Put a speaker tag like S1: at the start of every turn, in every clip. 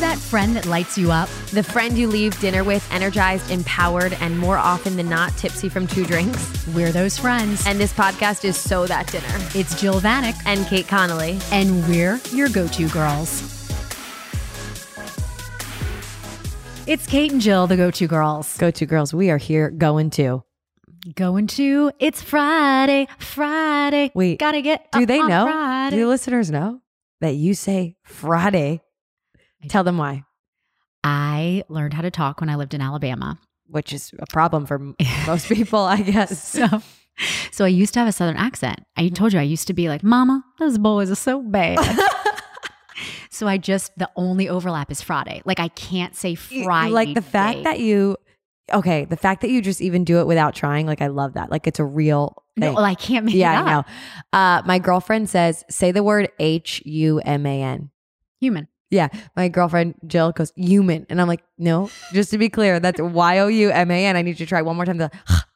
S1: that friend that lights you up?
S2: The friend you leave dinner with, energized, empowered, and more often than not, tipsy from two drinks.
S1: We're those friends.
S2: And this podcast is So That Dinner.
S1: It's Jill Vanek,
S2: And Kate Connolly.
S1: and we're your go to girls. It's Kate and Jill, the go to girls.
S3: Go to girls. We are here going to.
S1: Going to, it's Friday, Friday.
S3: Wait,
S1: gotta get.
S3: Do
S1: up
S2: Uh,
S3: they
S1: on
S3: know?
S1: Friday.
S3: Do the listeners know that you say Friday?
S1: I
S3: Tell them why,
S1: I learned how to talk when I lived in Alabama.
S3: which is a problem for m- most people, I guess.
S1: So, so I used to have a southern accent. I
S3: Mm-hmm.
S1: told you I used to be like, "Mama, those boys are so bad." so I just the only overlap is Friday. Like I can't say
S3: You-
S1: Friday.
S3: Like the fact that you, okay, the fact that you just even do it without trying, like I love that. Like it's a real
S1: no,
S3: thing.
S1: well, I can't make
S3: yeah,
S1: it up.
S3: I know. Uh, my girlfriend says, say the word H U M A N.
S1: Human.
S3: Yeah, my girlfriend Jill goes human, and I'm like, no. Just to be clear, that's Y O U M A N. I need you to try one more time. The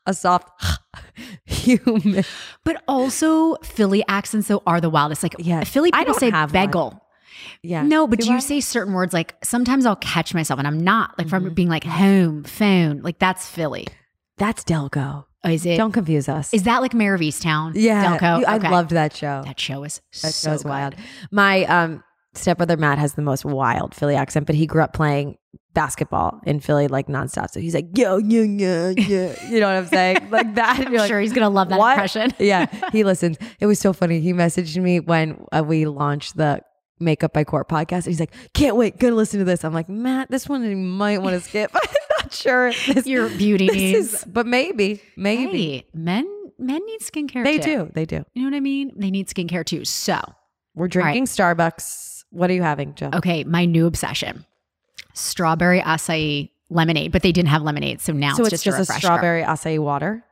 S3: a soft human.
S1: But also Philly accents though are the wildest. Like
S3: Yeah,
S1: Philly people
S3: I don't
S1: say
S3: have one.
S1: bagel.
S3: Yeah.
S1: No, but
S3: Do
S1: you
S3: I?
S1: say certain words like sometimes I'll catch myself and I'm not like
S3: Mm-hmm.
S1: from being like home, phone. Like that's Philly.
S3: That's Delco.
S1: Oh, is it?
S3: Don't confuse us.
S1: Is that like Mayor of Easttown?
S3: yeah,
S1: Delco.
S3: you- I
S1: Okay.
S3: loved that show.
S1: that show. Is
S3: That
S1: so
S3: show is wild.
S1: good.
S3: My um stepbrother Matt has the most wild Philly accent, but he grew up playing basketball in Philly like nonstop. So he's like, yo, yo, yo, yo. You know what I'm saying? Like that.
S1: I'm
S3: You're like,
S1: sure he's gonna love that
S3: "What?"
S1: impression.
S3: yeah, he listens. It was so funny. He messaged me when uh, we launched the Makeup by Court podcast. And he's like, "Can't wait, gonna listen to this." I'm like, "Matt, this one you might want to skip. I'm not sure if this,
S1: Your beauty
S3: this
S1: needs.
S3: is, but maybe, maybe
S1: Hey, men men need skincare.
S3: they
S1: too.
S3: do. They do.
S1: You know what I mean? They need skincare too. So
S3: We're drinking Starbucks. What are you having, Jill?
S1: okay, my new obsession: strawberry acai lemonade. But they didn't have lemonade, so now
S3: so
S1: it's,
S3: it's just, a,
S1: refresher.
S3: strawberry acai water.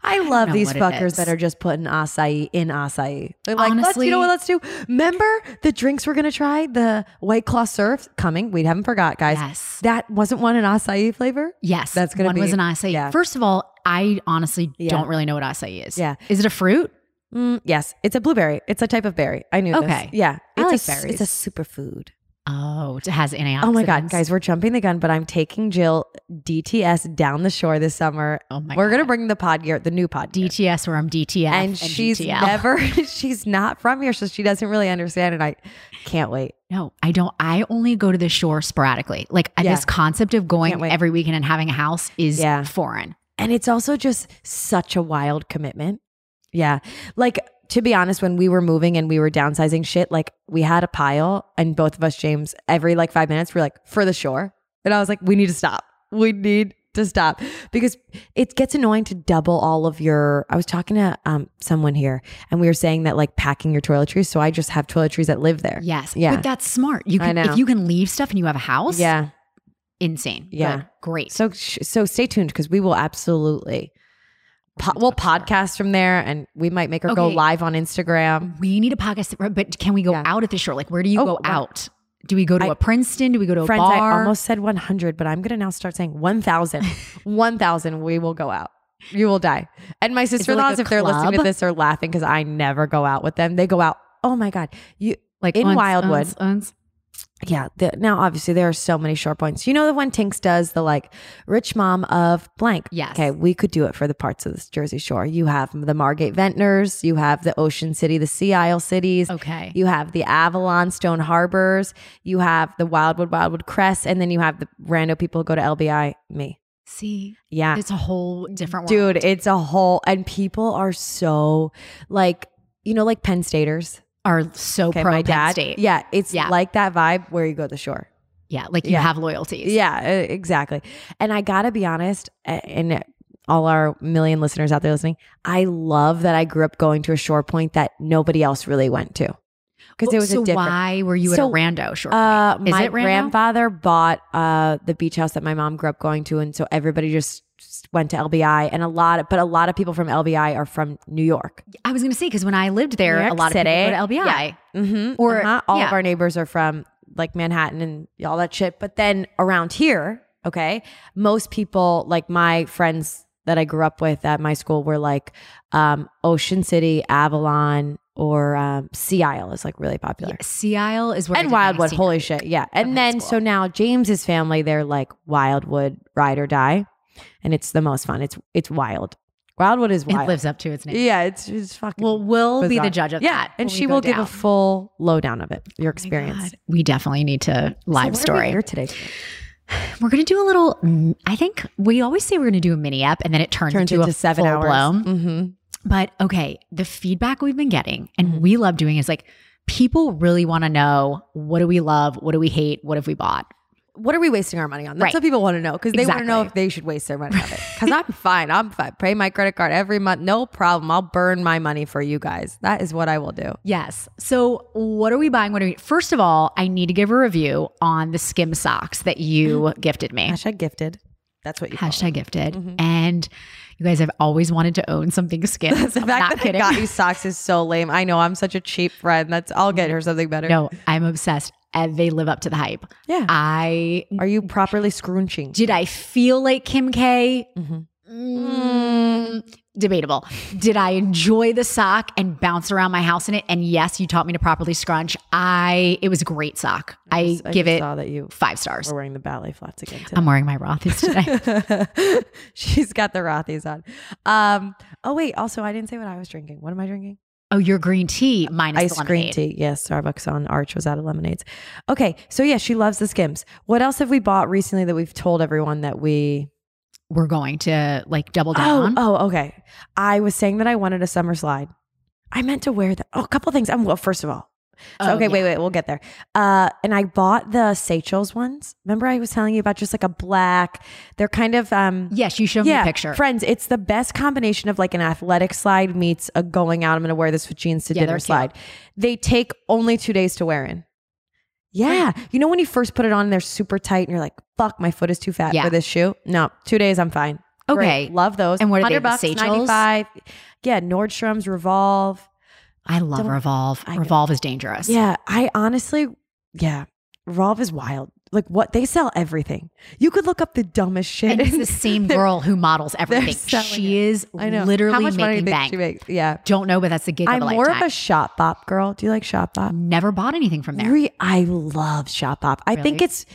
S3: I love
S1: know
S3: these
S1: what it
S3: fuckers
S1: is.
S3: that are just putting acai in acai. They're like, let's, you know what, let's
S1: Honestly-
S3: do. Remember the drinks we're gonna try? The White Claw Surf coming. We haven't forgot, guys.
S1: Yes,
S3: That wasn't one an acai flavor.
S1: yes.
S3: That's gonna
S1: one
S3: be-
S1: was an acai.
S3: yeah.
S1: First of all, I honestly
S3: Yeah.
S1: don't really know what acai is.
S3: Yeah.
S1: is it a fruit?
S3: Mm, yes, it's a blueberry. It's a type of berry. I knew. this.
S1: Okay.
S3: Yeah,
S1: I
S3: it's
S1: like
S3: a, s-
S1: berries.
S3: It's a superfood.
S1: Oh, it has antioxidants.
S3: Oh my god, guys, we're jumping the gun, but I'm taking Jill DTS down the shore this summer.
S1: Oh my.
S3: we're
S1: God.
S3: gonna bring the pod gear, the new pod gear.
S1: DTS where I'm DTF
S3: and she's
S1: DTL.
S3: never she's not from here so she doesn't really understand and i can't wait
S1: No, I don't. I only go to the shore sporadically. Like I
S3: Yeah.
S1: this concept of
S3: Can't
S1: going
S3: wait.
S1: every weekend and having a house is
S3: Yeah.
S1: foreign.
S3: and it's also just such a wild commitment yeah like to be honest when we were moving and we were downsizing shit like we had a pile and both of us james every like five minutes we're like for the shore and i was like we need to stop we need to stop because it gets annoying to double all of your i was talking to um, someone here and we were saying that like packing your toiletries so i just have toiletries that live there
S1: Yes.
S3: Yeah.
S1: But that's smart. You
S3: I
S1: can
S3: know.
S1: if you can leave stuff and you have a house,
S3: yeah
S1: insane.
S3: Yeah.
S1: Good. Great.
S3: So sh- so stay tuned because we will absolutely po- we'll podcast from there, and we might make her go
S1: Okay.
S3: live on Instagram.
S1: we need a podcast but can we go
S3: Yeah.
S1: out at the shore? Like where do you
S3: Oh,
S1: go
S3: wow.
S1: out? Do we go to a
S3: I-
S1: Princeton? Do we go to a
S3: Friends, I
S1: bar?
S3: almost said 100, but I'm gonna now start saying 1,000. 1,000. We will go out. You will die. And my sister in
S1: like
S3: laws,
S1: a
S3: if they're listening to
S1: club?
S3: this, are laughing because I never go out with them. They go out. Oh my god, you.
S1: like
S3: in Wildwood.
S1: uns, uns.
S3: Yeah. The, now, obviously, there are so many short points. You know the one Tinks does, the like rich mom of blank.
S1: Yes.
S3: Okay, we could do it for the parts of this Jersey Shore. You have the Margate Ventners. You have the Ocean City, the Sea Isle cities.
S1: Okay.
S3: You have the Avalon Stone Harbors. You have the Wildwood Wildwood Crest, and then you have the rando people who go to LBI. Me.
S1: See,
S3: Yeah.
S1: it's a whole different world.
S3: Dude, it's a whole and people are so like you know like Penn Staters.
S1: Are so Oh, pro
S3: my
S1: Penn
S3: dad.
S1: State.
S3: Yeah, it's
S1: Yeah.
S3: like that vibe where you go to the shore.
S1: Yeah, Like you
S3: Yeah.
S1: have loyalties.
S3: Yeah, e- exactly. And I gotta be honest, a- and all our million listeners out there listening, I love that I grew up going to a shore point that nobody else really went to because it was
S1: so
S3: a different.
S1: why were you
S3: So,
S1: at a rando shore?
S3: Uh,
S1: Is
S3: my
S1: it Rando?
S3: grandfather bought uh the beach house that my mom grew up going to, and so everybody just s- went to LBI, and a lot, of, but a lot of people from LBI are from New York.
S1: I was going to say because when I lived there,
S3: New
S1: a
S3: York
S1: lot
S3: City.
S1: of people go to LBI.
S3: Mm-hmm.
S1: Or-
S3: all
S1: yeah.
S3: of our neighbors are from like Manhattan and all that shit. But then around here, okay, most people like my friends that I grew up with at my school were like um, Ocean City, Avalon, or um, Sea Isle is like really popular.
S1: Sea Isle is where I
S3: And
S1: did my
S3: Wildwood,
S1: senior
S3: holy
S1: week
S3: shit. Yeah.
S1: of high
S3: And then so
S1: school.
S3: now James's family, they're like Wildwood ride or die. And it's the most fun. It's it's wild. Wildwood is
S1: it
S3: wild.
S1: lives up to its name.
S3: yeah, it's it's fucking
S1: Well, we'll be the
S3: bizarre.
S1: judge of
S3: Yeah,
S1: that when
S3: and
S1: we
S3: she
S1: go
S3: will give
S1: down.
S3: a full lowdown of it,
S1: Oh
S3: your
S1: my
S3: experience.
S1: God. We definitely need to live
S3: so
S1: story.
S3: Here today
S1: We're gonna do a little. mm, I think we always say we're gonna do a mini app, and then it turns,
S3: turns
S1: into,
S3: into
S1: a
S3: seven
S1: full
S3: hours.
S1: blown.
S3: Mm-hmm.
S1: But okay, the feedback we've been getting and
S3: Mhm.
S1: we love doing is like people really want to know what do we love, what do we hate, what have we bought.
S3: What are we wasting our money on? That's
S1: Right.
S3: what people want to know because they want to know
S1: Exactly.
S3: if they should waste their money on it. Because I'm fine. I'm fine. Pay my credit card every month. No problem. I'll burn my money for you guys. That is what I will do.
S1: Yes. So, what are we buying? What are we? First of all, I need to give a review on the skim socks that you gifted me.
S3: Hashtag gifted. That's what you call it.
S1: Hashtag gifted.
S3: Mhm.
S1: And you guys have always wanted to own something skim.
S3: The
S1: I'm not
S3: fact that
S1: kidding.
S3: I got you socks is so lame. I know I'm such a cheap friend. That's I'll get her something better.
S1: Mm-hmm. no, I'm obsessed. And they live up to the hype.
S3: Yeah.
S1: I
S3: Are you properly scrunching?
S1: did I feel like Kim K?
S3: Mhm.
S1: Mm, debatable. Did I enjoy the sock and bounce around my house in it? And yes, you taught me to properly scrunch. I it was a great sock. I,
S3: just
S1: give it
S3: saw that you
S1: five stars.
S3: were wearing the ballet flats again today.
S1: I'm wearing my Rothy's today.
S3: She's got the Rothies on. Um, oh wait, also I didn't say what I was drinking. What am I drinking?
S1: oh, your green tea minus
S3: Ice
S1: the
S3: cream
S1: lemonade.
S3: tea. Yes, Starbucks on Arch was out of lemonades. Okay, so yeah, she loves the Skims. What else have we bought recently that we've told everyone that we?
S1: We're going to like double
S3: Oh,
S1: down.
S3: oh, okay. I was saying that I wanted a summer slide. I meant to wear that. Oh, a couple things. Um, well, first of all, so,
S1: Oh,
S3: okay,
S1: yeah.
S3: wait, wait, we'll get there. Uh, and I bought the Seychelles ones. Remember, I was telling you about just like a black. They're kind of um,
S1: Yes, you showed me a picture.
S3: Friends, it's the best combination of like an athletic slide meets a going out. I'm going to wear this with jeans to
S1: Yeah, they're
S3: dinner
S1: cute.
S3: slide. They take only two days to wear in. Yeah. You know, when you first put it on, they're super tight and you're like, fuck, my foot is too fat
S1: Yeah.
S3: for this shoe. No, two days, I'm fine. Great.
S1: Okay.
S3: Love those.
S1: And what are they,
S3: 100
S1: the
S3: bucks,
S1: Seychelles?
S3: 95. Yeah. Nordstrom's Revolve.
S1: I love
S3: Don't-
S1: Revolve.
S3: I know.
S1: Revolve is dangerous.
S3: Yeah, I honestly, yeah, Revolve is wild. Like what they sell everything. You could look up the dumbest shit.
S1: And it's the same
S3: They're-
S1: girl who models everything.
S3: selling
S1: She is
S3: I know
S1: literally
S3: How much
S1: making
S3: money do you think
S1: bank.
S3: She makes? Yeah,
S1: Don't know, but that's the gig
S3: I'm
S1: of a
S3: more of
S1: lifetime.
S3: a shop bop girl. Do you like shop bop?
S1: Never bought anything from there.
S3: Re- I love shop bop. I think
S1: Really?
S3: it's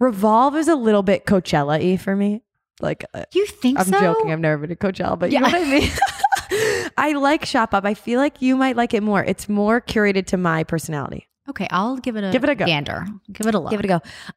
S3: Revolve is a little bit Coachella y for me. Like uh,
S1: You think
S3: I'm
S1: so?
S3: joking. I've never been to Coachella, but
S1: Yeah.
S3: you know what I mean. I like shop up. I feel like you might like it more. It's more curated to my personality.
S1: Okay, I'll give it a
S3: Give it a go.
S1: gander. Give it a look.
S3: Give it a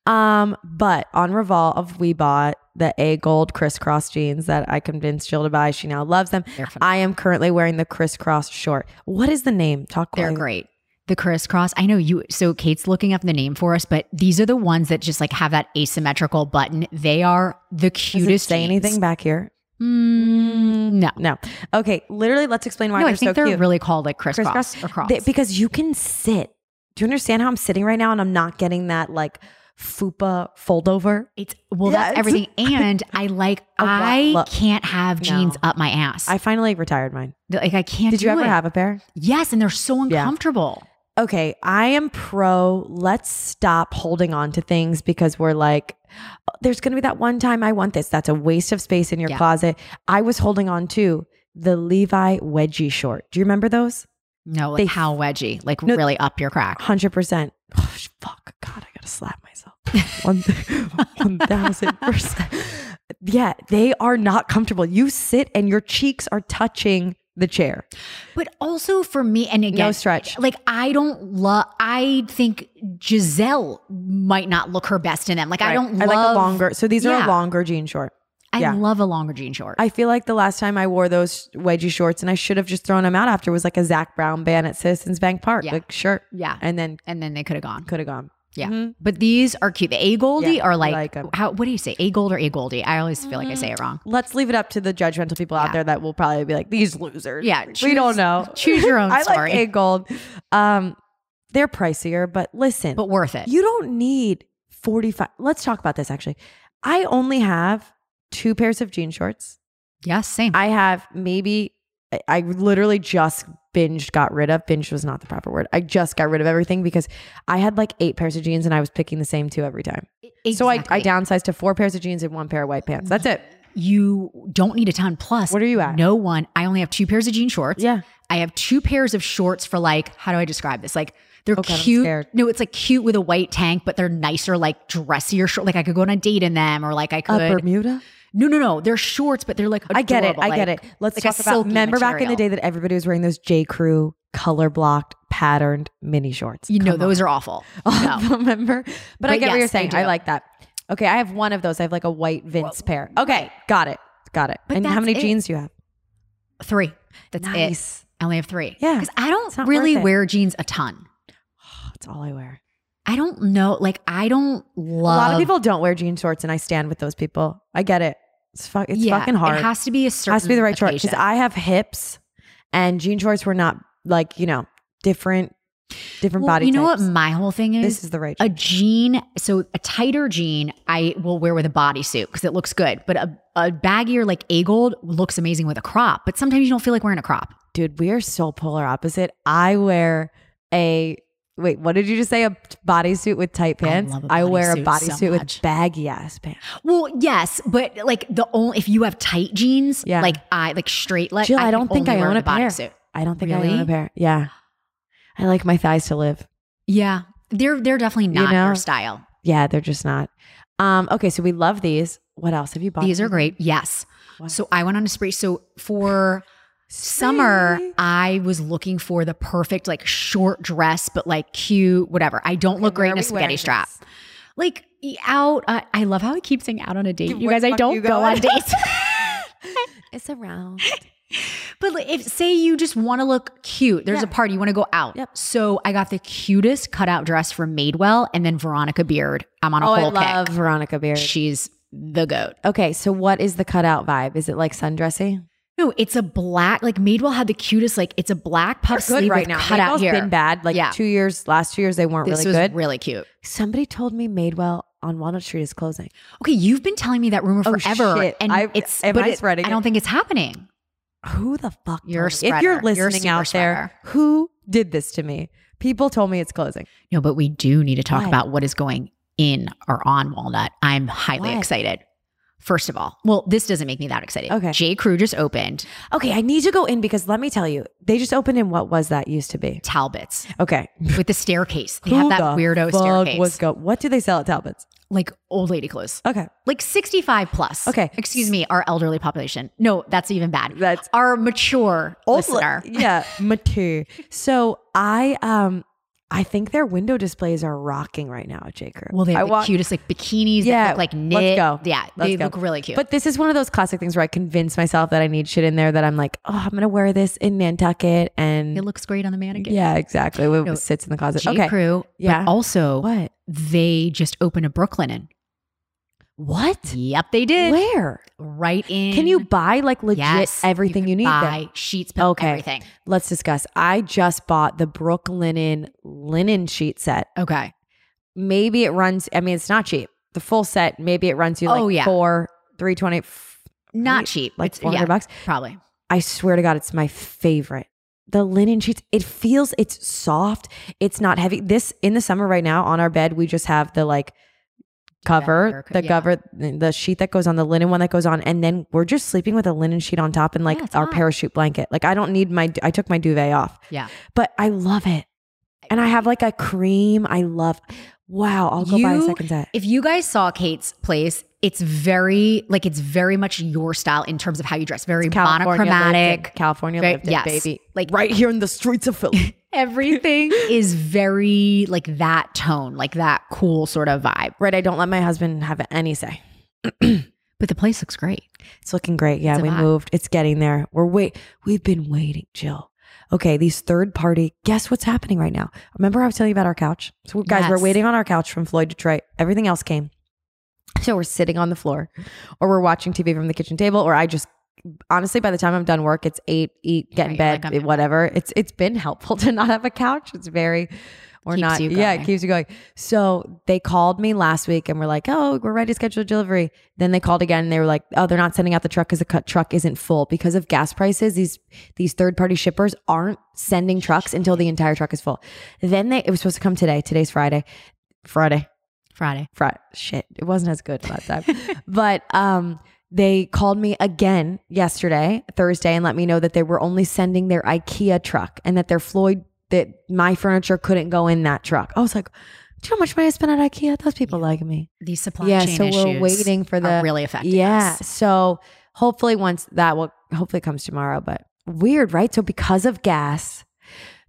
S3: go. Um, but on Revolve, we bought the A Gold crisscross jeans that I convinced Jill to buy. She now loves them.
S1: They're, phen-
S3: I am currently wearing the crisscross short. What is the name? Talk
S1: they're
S3: quiet.
S1: great. The crisscross. I know you. So Kate's looking up the name for us, but these are the ones that just like have that asymmetrical button. They are the
S3: Does it
S1: cutest.
S3: say anything
S1: jeans.
S3: back here?
S1: Mm, no,
S3: No. Okay. Literally, let's explain why
S1: no.
S3: they're
S1: I think
S3: so
S1: they're
S3: cute.
S1: really called like crisscross,
S3: Crisscross.
S1: or cross.
S3: They- because you can sit. Do you understand how I'm sitting right now and I'm not getting that like fupa foldover?
S1: it's well,
S3: Yeah,
S1: that's
S3: it's-
S1: everything. And I like.
S3: A wa-
S1: I
S3: look.
S1: can't have jeans
S3: No.
S1: up my ass.
S3: I
S1: I,
S3: finally retired mine.
S1: like I can't.
S3: Did you
S1: do
S3: ever
S1: it.
S3: have a pair?
S1: Yes, and they're so
S3: Yeah.
S1: uncomfortable.
S3: okay, I am pro. Let's stop holding on to things because we're like, "Oh, there's going to be that one time I want this. That's a waste of space in your
S1: Yeah.
S3: closet. I was holding on to the Levi wedgie short. Do you remember those?
S1: No, like
S3: They-
S1: how wedgy? Like
S3: No.
S1: really up your crack.
S3: 100%. Oh, sh- fuck. God, I got to slap myself. One- 1000%. yeah, they are not comfortable. You sit and your cheeks are touching the chair.
S1: But also for me, and again,
S3: no stretch.
S1: like I don't love. I think Giselle might not look her best in them. Like I
S3: Right.
S1: don't.
S3: I
S1: love,
S3: like a longer. So these are
S1: Yeah.
S3: a longer jean short.
S1: I
S3: yeah.
S1: love a longer jean short.
S3: I feel like the last time I wore those wedgie shorts and I should have just thrown them out after was like a Zach Brown ban at Citizens Bank Park.
S1: Yeah.
S3: Like, sure.
S1: yeah,
S3: And then
S1: and then they could have gone.
S3: could have gone.
S1: Yeah.
S3: Mhm.
S1: But these are cute. The A Goldie
S3: Yeah,
S1: are
S3: I
S1: like,
S3: like 'em.
S1: how? What do you say? A Gold or A Goldie? I always feel like I say it wrong.
S3: Let's leave it up to the judgmental people
S1: Yeah.
S3: out there that will probably be like, these losers.
S1: Yeah,
S3: Mm-hmm. we
S1: choose-
S3: don't know.
S1: choose your own
S3: I
S1: story.
S3: like A Gold. Um, they're pricier, but listen,
S1: But worth it.
S3: you don't need 45. Let's talk about this actually. I only have two pairs of jean shorts.
S1: yes, same.
S3: I have maybe I, I literally just binged got rid of binge was not the proper word. I just got rid of everything because I had like eight pairs of jeans and I was picking the same two every time. So I, I
S1: Exactly.
S3: downsized to four pairs of jeans and one pair of white pants. That's it.
S1: You don't need a ton. Plus,
S3: What are you at?
S1: No one. I only have two pairs of jean shorts.
S3: Yeah.
S1: I have two pairs of shorts for like, how do I describe this? Like they're
S3: God, I'm
S1: cute.
S3: scared.
S1: No, it's like cute with a white tank, but they're nicer, like dressier short. Like I could go on a date in them or like I could.
S3: Uh, Bermuda?
S1: no, no, no. They're shorts, but they're like
S3: I get it.
S1: adorable,
S3: I get
S1: like-
S3: it. Let's
S1: like a
S3: talk about.
S1: silky
S3: Remember back in the
S1: material.
S3: day that everybody was wearing those J. Crew color blocked patterned mini shorts.
S1: You know,
S3: Come
S1: those are awful.
S3: on. Oh.
S1: No.
S3: remember. But, I
S1: But
S3: get what you're
S1: yes, I
S3: saying. I,
S1: do.
S3: like that. Okay, I have one of those. I have like a white Vince pair. Okay, got it, got it.
S1: But
S3: and how
S1: that's
S3: many
S1: it.
S3: jeans do you have?
S1: Three. That's it.
S3: nice.
S1: I only have three.
S3: Yeah.
S1: Because I don't
S3: not
S1: really
S3: worth it.
S1: wear jeans a ton.
S3: That's Oh, all I wear.
S1: I don't know. Like, I don't love.
S3: a lot of people don't wear jean shorts, and I stand with those people. I get it. It's, fu- it's
S1: yeah,
S3: fucking hard.
S1: It has to be a certain.
S3: has to be the right short because
S1: occasion.
S3: I have hips, and jean shorts were not like you know different, different
S1: Well,
S3: body.
S1: You know
S3: types.
S1: what my whole thing is?
S3: This is the right.
S1: a
S3: jean.
S1: jean. So a tighter jean, I will wear with a bodysuit because it looks good. But a, a baggier like A gold looks amazing with a crop. But sometimes you don't feel like wearing a crop.
S3: Dude, we are so polar opposite. I wear a wait. What did you just say? A bodysuit with tight pants.
S1: love a
S3: I, wear a
S1: bodysuit so
S3: bodysuit with
S1: much.
S3: baggy ass pants.
S1: Well, yes, but like the only if you have tight jeans,
S3: Yeah.
S1: like I like straight leg.
S3: Jill, I,
S1: can
S3: don't think
S1: only
S3: I
S1: wear
S3: own a
S1: the
S3: pair.
S1: bodysuit.
S3: I don't think I own a
S1: Really?
S3: pair. Yeah, I like my thighs to live.
S1: Yeah, they're they're definitely not
S3: know?
S1: your style.
S3: Yeah, they're just not. Um. Okay, so we love these. What else have you bought?
S1: These are great. Yes.
S3: Wow.
S1: So I went on a spree. So for summer, I was looking for the perfect like short dress, but like cute, whatever. I don't look great in a spaghetti strap. Like e- out. Uh, I love how I keep saying out on a date. You
S3: Where
S1: guys,
S3: the
S1: I
S3: fuck
S1: don't
S3: you
S1: go
S3: going?
S1: on dates.
S2: It's around.
S1: but like, if say you just want to look cute, there's a
S3: Yeah.
S1: party you want to go out.
S3: Yep.
S1: So I got the cutest cutout dress from Madewell, and then Veronica Beard. I'm on a
S3: Oh, I
S1: whole kick.
S3: love Veronica Beard.
S1: She's the goat.
S3: Okay, so what is the cutout vibe? Is it like sundressy?
S1: No, it's a black. Like Madewell had the cutest. Like it's a black puff sleeve right with cut out
S3: Madewell's
S1: here.
S3: been bad. Like
S1: Yeah.
S3: two years, last two years they weren't
S1: This
S3: really
S1: was
S3: good.
S1: really cute.
S3: Somebody told me Madewell on Walnut Street is closing.
S1: Okay, you've been telling me that rumor
S3: Oh,
S1: forever,
S3: shit.
S1: and
S3: I-
S1: it's
S3: am
S1: but
S3: I
S1: it-
S3: spreading
S1: I don't
S3: it?
S1: think it's happening.
S3: Who the fuck?
S1: You're a
S3: told me? If you're
S1: spreader. You're a
S3: listening
S1: super
S3: out there, who did this to me? People told me it's closing.
S1: No, but we do need to talk
S3: What?
S1: about what is going in or on Walnut. I'm highly
S3: What?
S1: excited. First of all, well, this doesn't make me that excited.
S3: Okay.
S1: J. Crew just opened
S3: Okay, I need to go in because let me tell you, they just opened in what was that used to be?
S1: Talbot's
S3: Okay,
S1: with the staircase. They
S3: who
S1: have that
S3: the
S1: weirdo
S3: fuck
S1: staircase,
S3: Was go- what do they sell at Talbot's?
S1: like old lady clothes,
S3: Okay,
S1: like 65 plus.
S3: Okay.
S1: excuse me, our elderly population. No, that's even bad.
S3: that's
S1: our mature
S3: old
S1: listener.
S3: yeah, mature. So I um. I think their window displays are rocking right now at J. Crew.
S1: Well, they
S3: I
S1: have the
S3: walk-
S1: cutest like bikinis
S3: Yeah,
S1: that look like
S3: let's
S1: knit.
S3: go.
S1: Yeah,
S3: Let's
S1: they
S3: go.
S1: look really cute.
S3: But this is one of those classic things where I convince myself that I need shit in there that I'm like, oh, I'm gonna wear this in Nantucket, and
S1: it looks great on the mannequin.
S3: yeah, exactly. It
S1: No,
S3: sits in the closet.
S1: J.
S3: Mm. okay,
S1: Crew. oh,
S3: Yeah.
S1: But also,
S3: what?
S1: they just opened a Brooklinen.
S3: What?
S1: Yep, they did.
S3: Where
S1: Right in.
S3: can you buy like legit
S1: Yes,
S3: everything you,
S1: can
S3: need?
S1: Buy
S3: There?
S1: sheets, pillow,
S3: Okay.
S1: everything.
S3: Let's discuss. I just bought the Brooklinen linen sheet set.
S1: Okay.
S3: Maybe it runs. I mean, it's not cheap. The full set. Maybe it runs you like
S1: Oh, yeah.
S3: four, three twenty,
S1: Not
S3: Right?
S1: cheap.
S3: like
S1: It's-
S3: four hundred
S1: yeah,
S3: bucks.
S1: Probably.
S3: I swear to God, it's my favorite. The linen sheets, it feels it's soft. It's not heavy. This in the summer right now on our bed, we just have the like cover,
S1: Developer,
S3: the
S1: yeah.
S3: cover, the sheet that goes on, the linen one that goes on, and then we're just sleeping with a linen sheet on top and like
S1: Yeah, it's
S3: our
S1: hot.
S3: parachute blanket. Like I don't need my I took my duvet off.
S1: Yeah.
S3: But I love it. And I have like a cream. I love wow, I'll go buy a
S1: You-
S3: second set.
S1: If you guys saw Kate's place, it's very like it's very much your style in terms of how you dress. Very
S3: lived in-
S1: monochromatic.
S3: California
S1: Very-
S3: lived in,
S1: yes.
S3: baby.
S1: Like-
S3: right here in the streets of Philly.
S1: Everything is very like that tone, like that cool sort of vibe.
S3: right. I don't let my husband have any say.
S1: But the place looks great.
S3: It's looking great. Yeah,
S1: It's a
S3: we
S1: vibe.
S3: moved. It's getting there. We're wait. We've been waiting, Jill. Okay, these third party. Guess what's happening right now? Remember I was telling you about our couch? So guys, we're
S1: Yes.
S3: waiting on our couch from Floyd Detroit. Everything else came. So we're sitting on the floor, or we're watching TV from the kitchen table, or I just honestly by the time I'm done work, it's eight, eat, get in
S1: Right, you're
S3: bed,
S1: like, I'm-
S3: whatever. It's it's been helpful to not have a couch. It's very or
S1: Keeps
S3: not.
S1: you
S3: Yeah, it
S1: going.
S3: keeps you going. So they called me last week and were like, "Oh, we're ready to schedule a delivery." Then they called again and they were like, "Oh, they're not sending out the truck because the cu- truck isn't full because of gas prices. These these third party shippers aren't sending trucks until the entire truck is full." Then they it was supposed to come today. Today's Friday. Friday.
S1: Friday.
S3: Friday. Shit, it wasn't as good that time. but um, They called me again yesterday, Thursday, and let me know that they were only sending their IKEA truck and that their Floyd, that my furniture couldn't go in that truck. I was like, do you know how much money I spent at IKEA? Those people like me.
S1: These supply
S3: yeah,
S1: chain
S3: so
S1: issues
S3: we're waiting for the
S1: are really affecting
S3: yeah.
S1: us.
S3: So hopefully once that will hopefully it comes tomorrow, but weird, right? So because of gas,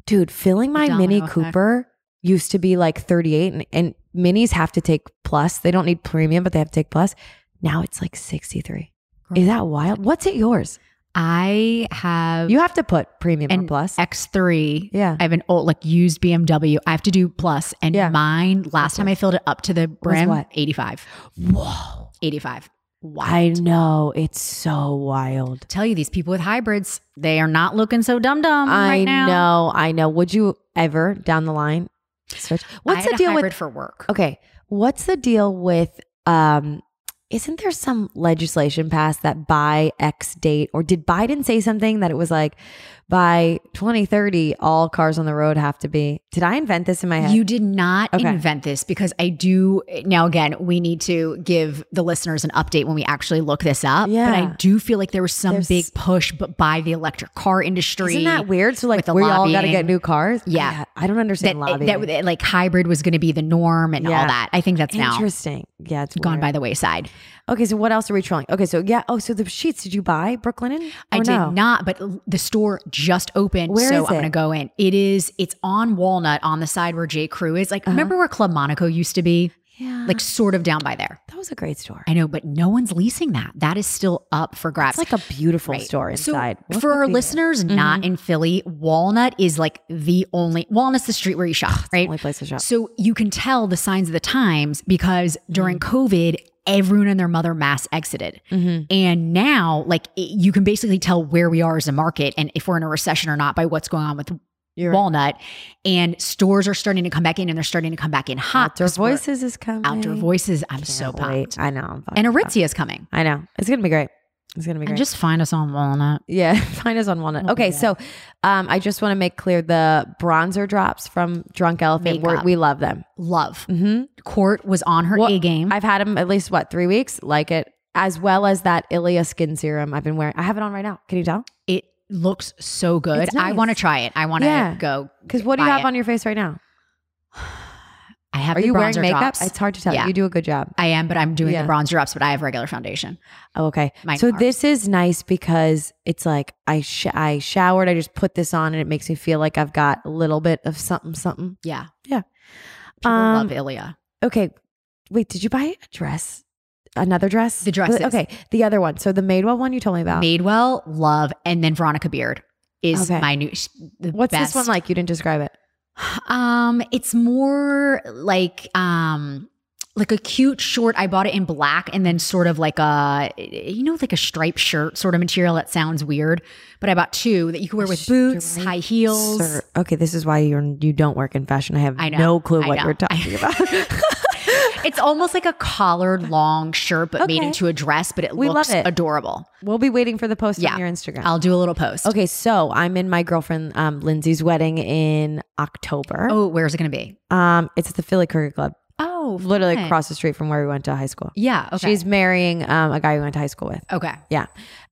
S3: dude, filling my Mini
S1: domino effect.
S3: Cooper used to be like 38 and, and minis have to take plus. They don't need premium, but they have to take plus. Now it's like 63.
S1: Girl.
S3: Is that wild? What's it yours?
S1: I have
S3: You have to put premium and
S1: And
S3: plus.
S1: X3.
S3: yeah.
S1: I have an old, like used BMW. I have to do plus, and
S3: Yeah.
S1: mine last time I filled it up to the brim,
S3: what?
S1: 85.
S3: Whoa.
S1: 85. Wow.
S3: I know. It's so wild.
S1: tell you, these people with hybrids, they are not looking so dumb dumb
S3: I
S1: Um, right now.
S3: know, I know. Would you ever down the line switch?
S1: I
S3: What's
S1: had
S3: the
S1: a
S3: deal
S1: hybrid
S3: with? Oh,
S1: for work?
S3: Okay, what's the deal with? um Isn't there some legislation passed that by X date, or did Biden say something that it was like by 2030 all cars on the road have to be? Did I invent this in my head?
S1: You did not
S3: Okay.
S1: invent this because I do. Now, again, we need to give the listeners an update when we actually look this up. But
S3: Yeah.
S1: I do feel like there was some
S3: There's-
S1: big push b- by the electric car industry.
S3: Isn't that weird? So like
S1: with the
S3: we all got to get
S1: lobbying.
S3: new cars.
S1: Yeah.
S3: I don't understand
S1: that,
S3: lobbying.
S1: that like hybrid was going to be the norm and
S3: Yeah.
S1: all that. I think that's now
S3: Interesting. Yeah, it's
S1: gone
S3: weird.
S1: by the wayside.
S3: Okay, so what else are we trolling? Okay, so yeah. Oh, so the sheets. Did you buy Brooklyn?
S1: I did not, but l- the store just opened,
S3: Oh, Where
S1: so
S3: is
S1: I'm
S3: it?
S1: gonna go in. It is. It's on Walnut on the side where J Crew is. Like, remember where Club Monaco used to be?
S3: Uh-huh. Yeah.
S1: Like, sort of down by there.
S3: That was a great store.
S1: I know, but no one's leasing that. That is still up for grabs.
S3: It's like a beautiful
S1: Right.
S3: store
S1: So,
S3: inside. What
S1: for
S3: could
S1: our
S3: be-
S1: listeners
S3: Mm-hmm.
S1: not in Philly, Walnut is like the only Walnut's the street where you shop, right?
S3: only place to shop.
S1: So you can tell the signs of the times because during
S3: Mm.
S1: COVID, everyone and their mother mass exited. And now, like, it, you can basically tell where we are as a market and if we're in a recession or not by what's going on with
S3: You're right.
S1: Walnut. And stores are starting to come back in and they're starting to come back in hot.
S3: Outdoor
S1: 'cause we're-
S3: Voices is coming.
S1: Outdoor Voices. I'm so
S3: Can't
S1: pumped.
S3: wait. I know. I'm fucking
S1: And
S3: pumped.
S1: Aritzia is coming.
S3: I know. It's gonna be great. It's gonna be great.
S1: And just Oh, find us on Walnut.
S3: yeah, find us on Walnut. Okay, so um, I just want to make clear the bronzer drops from Drunk Elephant. We're,
S1: Makeup.
S3: we love them.
S1: Love.
S3: Mm-hmm.
S1: Court was on her
S3: Well,
S1: A game.
S3: I've had them at least what three weeks. Like it, as well as that Ilia skin serum I've been wearing. I have it on right now. Can you tell?
S1: it looks so good.
S3: It's
S1: I
S3: nice.
S1: want to try it. I want to
S3: Yeah.
S1: go.
S3: Because what do you
S1: Buy
S3: have
S1: it.
S3: on your face right now?
S1: I have
S3: Are
S1: the
S3: you wearing
S1: bronzer
S3: makeup?
S1: drops.
S3: It's hard to tell.
S1: Yeah.
S3: You do a good job.
S1: I am, but I'm doing
S3: Yeah.
S1: the bronzer ups, but I have regular foundation.
S3: Oh, okay.
S1: Mine
S3: so
S1: are.
S3: this is nice because it's like I sh- I showered. I just put this on, and it makes me feel like I've got a little bit of something, something.
S1: Yeah.
S3: Yeah.
S1: People
S3: Um,
S1: love Ilia.
S3: Okay, wait. Did you buy a dress? Another dress?
S1: The dresses.
S3: Okay, the other one. So the Madewell one you told me about.
S1: Madewell, love, and then Veronica Beard is
S3: Okay.
S1: my new sh- the
S3: What's
S1: best.
S3: this one like? You didn't describe it.
S1: Um, it's more like um like a cute short. I bought it in black and then sort of like a you know like a striped shirt sort of material that sounds weird, but I bought two that you can wear
S3: A
S1: with boots,
S3: striped
S1: high heels.
S3: Sir, okay, this is why you're you don't work in fashion. I have
S1: I know.
S3: no clue
S1: I
S3: what
S1: know.
S3: you're talking about.
S1: It's almost like a collared long shirt, but made
S3: Okay.
S1: into a dress, but it
S3: We
S1: looks
S3: love it.
S1: adorable.
S3: we'll be waiting for the post
S1: Yeah.
S3: on your Instagram.
S1: I'll do a little post.
S3: okay, so I'm in my girlfriend um, Lindsay's wedding in October.
S1: Oh, where's it going to be?
S3: Um, it's at the Philly Cricket Club.
S1: Oh,
S3: literally
S1: fun.
S3: across the street from where we went to high school.
S1: Yeah. Okay.
S3: She's marrying um, a guy we went to high school with.
S1: okay.
S3: Yeah.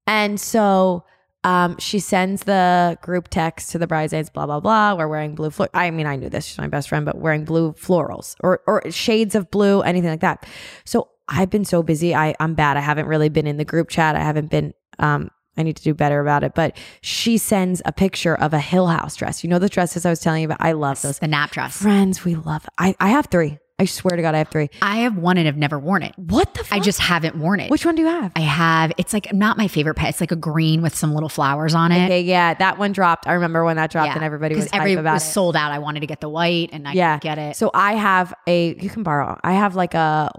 S3: And so um, she sends the group text to the bridesmaids, blah, blah, blah. We're wearing blue. Flor- I mean, I knew this. She's my best friend, but wearing blue florals or, or shades of blue, anything like that. So I've been so busy. I, I'm bad. I haven't really been in the group chat. I haven't been, um, I need to do better about it. But she sends a picture of a Hill House dress. You know, the dresses I was telling you about. I love those.
S1: The nap dress.
S3: Friends, we love. I, I have three. I swear to God, I have three.
S1: I have one and have never worn it.
S3: What the
S1: I
S3: fuck?
S1: just haven't worn it.
S3: Which one do you have?
S1: I have. It's like not my favorite pet. It's like a green with some little flowers on it.
S3: okay, yeah, that one dropped. I remember when that dropped,
S1: Yeah.
S3: and everybody was hype
S1: every-
S3: about
S1: was
S3: it.
S1: sold out. I wanted to get the white, and I
S3: yeah,
S1: didn't get it.
S3: So I have a. You can borrow. I have like a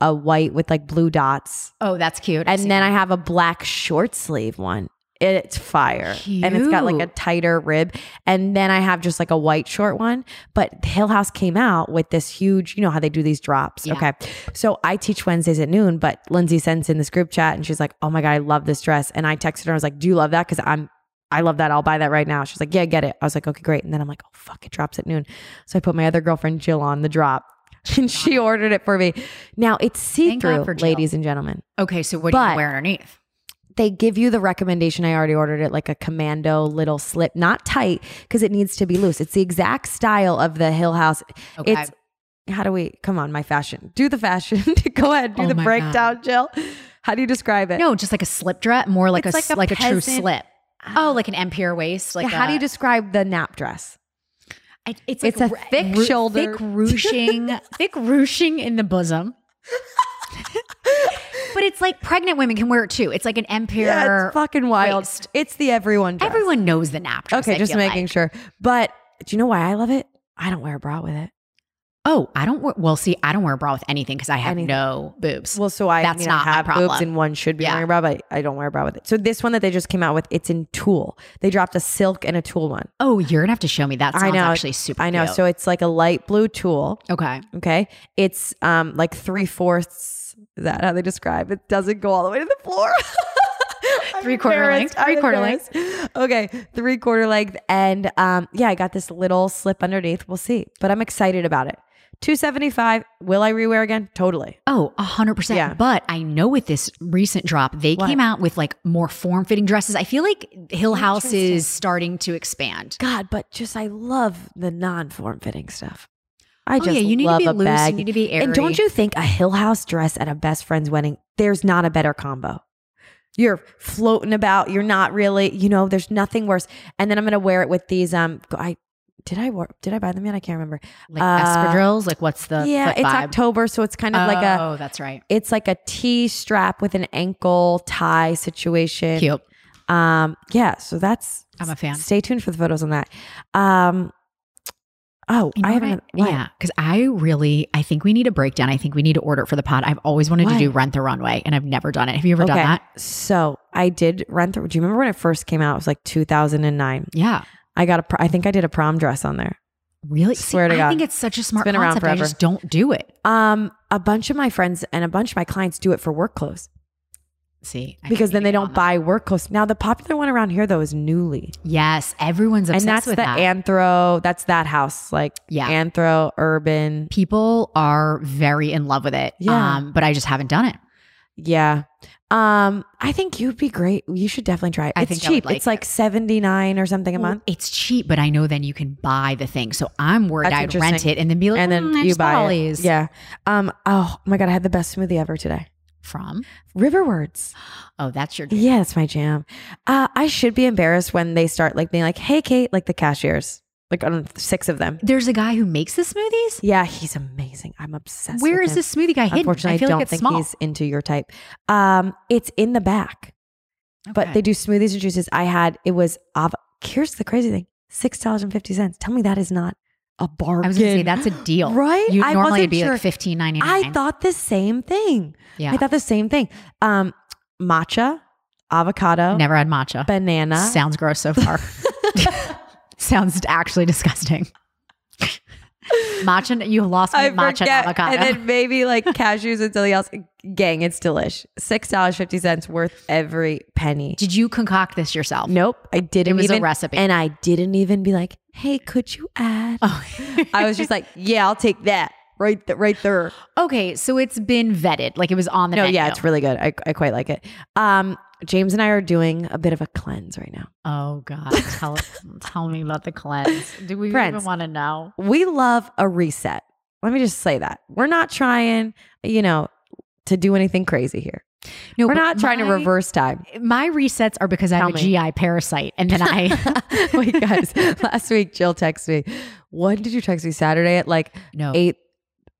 S3: a white with like blue dots,
S1: oh, that's cute.
S3: and then I have a black short sleeve one. It's fire, and it's got like a
S1: Cute.
S3: tighter rib, and then I have just like a white short one. But Hill House came out with this huge. You know how they do these drops,
S1: Yeah.
S3: okay? So I teach Wednesdays at noon, but Lindsay sends in this group chat, and she's like, "Oh my god, I love this dress!" And I texted her, I was like, "Do you love that?" Because I'm I love that. I'll buy that right now. She's like, yeah, get it. I was like, okay, great. And then I'm like, oh, fuck, it drops at noon. So I put my other girlfriend, Jill, on the drop. and she ordered it for me. Now it's see
S1: Thank God
S3: through,
S1: for Jill.
S3: ladies and gentlemen.
S1: Okay, so what do you
S3: But-
S1: wear underneath?
S3: They give you the recommendation. I already ordered it like a commando little slip, not tight because it needs to be loose. It's the exact style of the Hill House.
S1: Okay.
S3: It's how do we come on my fashion? Do the fashion. Go ahead, do
S1: Oh
S3: the
S1: my God.
S3: breakdown, Jill. How do you describe it?
S1: no, just like a slip dress, more like a,
S3: It's
S1: s-
S3: like
S1: like
S3: a
S1: a, true
S3: peasant- Ah.
S1: slip. Oh, like an empire waist. Like
S3: yeah, how do you
S1: a-
S3: describe the nap dress?
S1: I- It's
S3: It's
S1: like
S3: a
S1: ru-
S3: thick
S1: ru-
S3: shoulder.
S1: thick ruching, thick ruching in the bosom. but it's like pregnant women can wear it too. It's like an empire.
S3: Yeah, it's fucking wild.
S1: waist.
S3: It's the everyone dress.
S1: Everyone knows the nap dress.
S3: Okay,
S1: I
S3: just
S1: feel
S3: making
S1: like.
S3: sure. But do you know why I love it? I don't wear a bra with it.
S1: Oh, I don't. Wear, well, see, I don't wear a bra with anything because I have
S3: Anything.
S1: no boobs.
S3: Well, so I
S1: That's
S3: mean,
S1: not
S3: I
S1: my
S3: have boobs
S1: problem.
S3: and one should be
S1: Yeah.
S3: wearing a bra, but I don't wear a bra with it. So this one that they just came out with, it's in tulle. They dropped a silk and a tulle one.
S1: oh, you're gonna have to show me. That
S3: I
S1: sounds
S3: know.
S1: actually super.
S3: I know.
S1: cute.
S3: So it's like a light blue tulle.
S1: okay.
S3: Okay. It's um like three fourths. Is that how they describe it? Doesn't go all the way to the floor. I'm
S1: Three-quarter
S3: embarrassed.
S1: length, three-quarter
S3: I'm embarrassed. Okay. Three quarter length. And um, yeah, I got this little slip underneath. We'll see. But I'm excited about it. 275. Will I rewear again? Totally.
S1: Oh, a hundred
S3: Yeah.
S1: percent. But I know with this recent drop, they
S3: What?
S1: came out with like more form-fitting dresses. I feel like Hill House
S3: Interesting.
S1: is starting to expand.
S3: God, but just I love the non form fitting stuff. I just
S1: oh yeah, you need
S3: love
S1: to be
S3: a
S1: loose.
S3: bag.
S1: You need to be airy.
S3: And don't you think a Hill House dress at a best friend's wedding, there's not a better combo. You're floating about, you're not really, you know, there's nothing worse. And then I'm gonna wear it with these um I did I wear did I buy them yet? I can't remember.
S1: like
S3: uh,
S1: espadrilles? Like what's the
S3: yeah,
S1: foot
S3: it's
S1: vibe?
S3: October, so it's kind of like a
S1: oh, that's right.
S3: it's like a T strap with an ankle tie situation.
S1: Cute.
S3: Um yeah, so that's
S1: I'm a fan.
S3: Stay tuned for the photos on that. Um Oh,
S1: You know
S3: I have
S1: what
S3: another what?
S1: yeah, because I really, I think we need a breakdown. I think we need to order it for the pod. I've always wanted
S3: Why?
S1: to do Rent the Runway, and I've never done it. Have you ever done that?
S3: So I did rent through. Do you remember when it first came out? It was like 2009.
S1: Yeah,
S3: I got a, pr- I think I did a prom dress on there.
S1: really.
S3: Swear to
S1: I
S3: God.
S1: think it's such a smart
S3: been around
S1: concept. I
S3: forever.
S1: just don't do it.
S3: Um, a bunch of my friends and a bunch of my clients do it for work clothes
S1: See, I
S3: because
S1: need
S3: then
S1: to
S3: they
S1: get on
S3: don't
S1: that.
S3: buy work clothes. Now the popular one around here though is Newly,
S1: Yes, everyone's
S3: and
S1: obsessed
S3: that's the
S1: with that.
S3: anthro. That's that house, like
S1: yeah,
S3: anthro urban.
S1: people are very in love with it.
S3: Yeah.
S1: um, but I just haven't done it.
S3: Yeah. Um, I think you'd be great. You should definitely try it.
S1: I
S3: it's
S1: think I would
S3: cheap.
S1: like
S3: it's like seventy nine or something a
S1: Well,
S3: month.
S1: It's cheap, but I know then you can buy the thing. So I'm worried
S3: That's
S1: I'd rent
S3: interesting.
S1: it and then be like,
S3: And then
S1: "Mm, I
S3: you
S1: just bought
S3: buy
S1: all
S3: it.
S1: these
S3: Yeah. Um, oh my god, I had the best smoothie ever today.
S1: from.
S3: Riverwards.
S1: Oh, that's your.
S3: Yeah, it's my jam. Uh, I should be embarrassed when they start like being like, "Hey, Kate," like the cashiers, like I don't know, six of them.
S1: There's a guy who makes the smoothies.
S3: Yeah, he's amazing. I'm obsessed.
S1: Where
S3: with
S1: is
S3: him.
S1: this smoothie guy hidden?
S3: Unfortunately, I,
S1: I feel
S3: don't
S1: like it's
S3: think
S1: small.
S3: he's into your type. Um, it's in the back, but they do smoothies and juices. I had it was av- here's the crazy thing: six dollars and fifty cents. Tell me that is not a bargain.
S1: I was gonna say that's a deal,
S3: right?
S1: You
S3: I
S1: normally
S3: wasn't
S1: it'd be
S3: sure.
S1: like fifteen ninety nine.
S3: I thought the same thing.
S1: yeah,
S3: I thought the same thing. Um, matcha, avocado,
S1: never had matcha.
S3: banana.
S1: Sounds gross so far. Sounds actually disgusting. matcha, you lost me.
S3: I
S1: matcha and
S3: forget.
S1: avocado.
S3: And then maybe like cashews and something else. Gang, it's delish. Six dollars fifty cents worth every penny.
S1: Did you concoct this yourself?
S3: Nope, I didn't.
S1: it was
S3: even,
S1: a recipe.
S3: and I didn't even be like, "Hey, could you add?"
S1: oh.
S3: I was just like, "Yeah, I'll take that." Right, th- right there.
S1: okay, so it's been vetted. Like it was on the
S3: no,
S1: menu.
S3: yeah, it's really good. I, I quite like it. Um, James and I are doing a bit of a cleanse right now.
S1: oh god, tell tell me about the cleanse. Do we
S3: Friends.
S1: even want to know?
S3: We love a reset. Let me just say that we're not trying, you know, to do anything crazy here.
S1: No,
S3: we're
S1: but
S3: not trying to
S1: my-
S3: reverse time.
S1: My resets are because I have
S3: Tell
S1: a
S3: me.
S1: GI parasite, and then I
S3: Wait, guys, last week Jill texted me. When did you text me? Saturday at like
S1: no.
S3: eight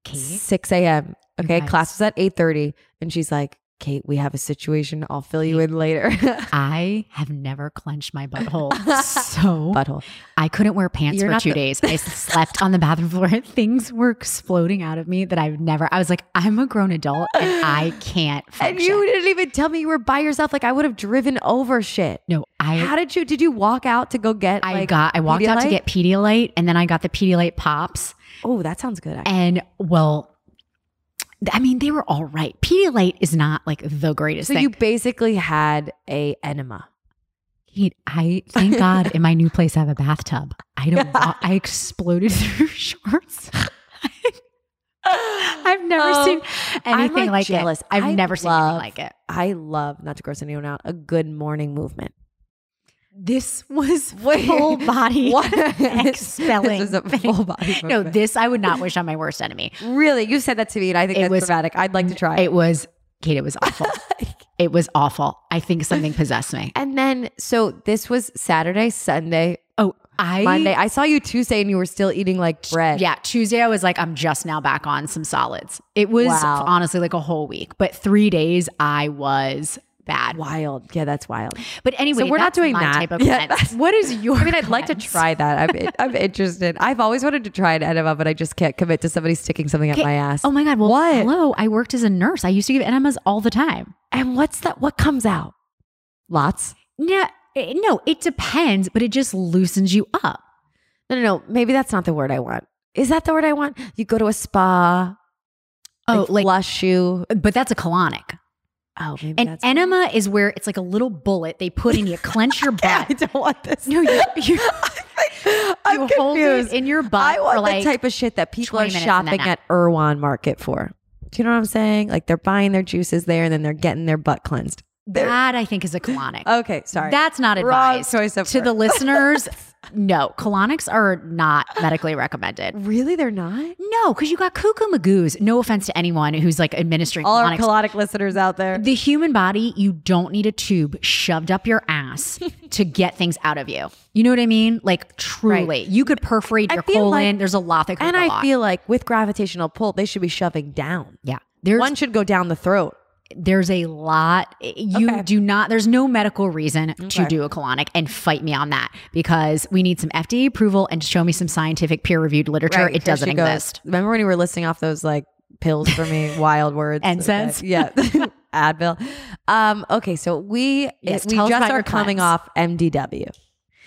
S1: Oh, Kate?
S3: six a.m.
S1: You
S3: Okay,
S1: guys.
S3: class was at eight thirty, and she's like, "Kate, we have a situation. I'll fill you in later."
S1: I have never clenched my butthole. So
S3: Butthole.
S1: I couldn't wear pants
S3: You're
S1: for
S3: not
S1: two
S3: the-
S1: days. I slept on the bathroom floor. Things were exploding out of me that I've never, I was like, I'm a grown adult and I can't function.
S3: And you didn't even tell me you were by yourself. Like I would have driven over shit.
S1: no, I,
S3: How did you? Did you walk out to go get?
S1: I
S3: like,
S1: got, I walked out to
S3: Pedialyte?
S1: get Pedialyte and then I got the Pedialyte pops.
S3: Oh, that sounds good. Actually.
S1: And well, th- I mean, they were all right. Pedialyte is not like the greatest
S3: So
S1: thing.
S3: you basically had a enema.
S1: Kate, I thank God in my new place I have a bathtub. I don't. wa- I exploded through shorts. I've never
S3: Oh,
S1: seen
S3: I'm,
S1: anything
S3: like,
S1: like,
S3: jealous.
S1: it. I've
S3: I
S1: never seen anything
S3: love-
S1: like it.
S3: I love, not to gross anyone out, a good morning movement.
S1: This was
S3: Wait.
S1: full body
S3: What?
S1: expelling.
S3: This is a full body
S1: no,
S3: movement.
S1: this I would not wish on my worst enemy.
S3: Really, you said that to me, and I think
S1: It
S3: that's
S1: was-
S3: dramatic. I'd like to try.
S1: It was Kate. It was awful. it was awful. I think something possessed me.
S3: and then, so this was Saturday, Sunday,
S1: Oh, I
S3: Monday. I saw you Tuesday, and you were still eating like bread.
S1: Yeah, Tuesday I was like, I'm just now back on some solids. It was
S3: Wow.
S1: honestly like a whole week, but three days I was bad.
S3: wild. Yeah, that's wild.
S1: But anyway,
S3: So we're not
S1: that's
S3: doing
S1: my
S3: that.
S1: Type of
S3: Yeah,
S1: cleanse.
S3: that's-
S1: what is your?
S3: I mean, I'd like to
S1: cleanse?
S3: try that. I'm, I'm interested. I've always wanted to try an enema, but I just can't commit to somebody sticking something up
S1: Okay.
S3: my ass.
S1: Oh my god! Well,
S3: What?
S1: hello. I worked as a nurse. I used to give enemas all the time.
S3: And what's that? What comes out? Lots.
S1: No, eh, no, it depends, but it just loosens you up.
S3: No, no, no. Maybe that's not the word I want. Is that the word I want? You go to a spa.
S1: Oh,
S3: they
S1: like,
S3: flush you.
S1: but that's a colonic.
S3: Oh, maybe
S1: An
S3: that's
S1: enema is where it's like a little bullet they put in you, clench your
S3: I
S1: butt.
S3: don't want this.
S1: No, you, you,
S3: I'm
S1: you
S3: confused.
S1: hold it in your butt.
S3: I want
S1: for like,
S3: the type of shit that people are
S1: 20 minutes and then
S3: shopping at Irwan Market for. Do you know what I'm saying? Like they're buying their juices there and then they're getting their butt cleansed. There.
S1: that I think is a colonic.
S3: Okay, sorry.
S1: That's not
S3: Wrong
S1: advised.
S3: choice of
S1: to
S3: word.
S1: the listeners, no, colonics are not medically recommended.
S3: really, they're not.
S1: No, because you got cuckoo magoos. No offense to anyone who's like administering
S3: All our
S1: colonics.
S3: colonic listeners out there.
S1: the human body, you don't need a tube shoved up your ass to get things out of you. You know what I mean? Like truly, you could perforate
S3: I
S1: your
S3: feel
S1: colon.
S3: like-
S1: There's a lot that could
S3: and
S1: go
S3: I
S1: on.
S3: feel like with gravitational pull, they should be shoving down.
S1: yeah. There's
S3: One should go down the throat.
S1: there's a lot eh, you
S3: Okay.
S1: do not there's no medical reason
S3: Okay.
S1: to do a colonic and fight me on that because we need some FDA approval and show me some scientific peer reviewed literature
S3: Right, here
S1: it doesn't
S3: she goes.
S1: exist
S3: Remember when you were listing off those like pills for me, wild words, Okay,
S1: NSAIDs?
S3: Yeah, Advil. Um, okay, so we
S1: Yes,
S3: we
S1: tell us
S3: just
S1: about
S3: are
S1: your
S3: coming
S1: cleanse.
S3: off MDW,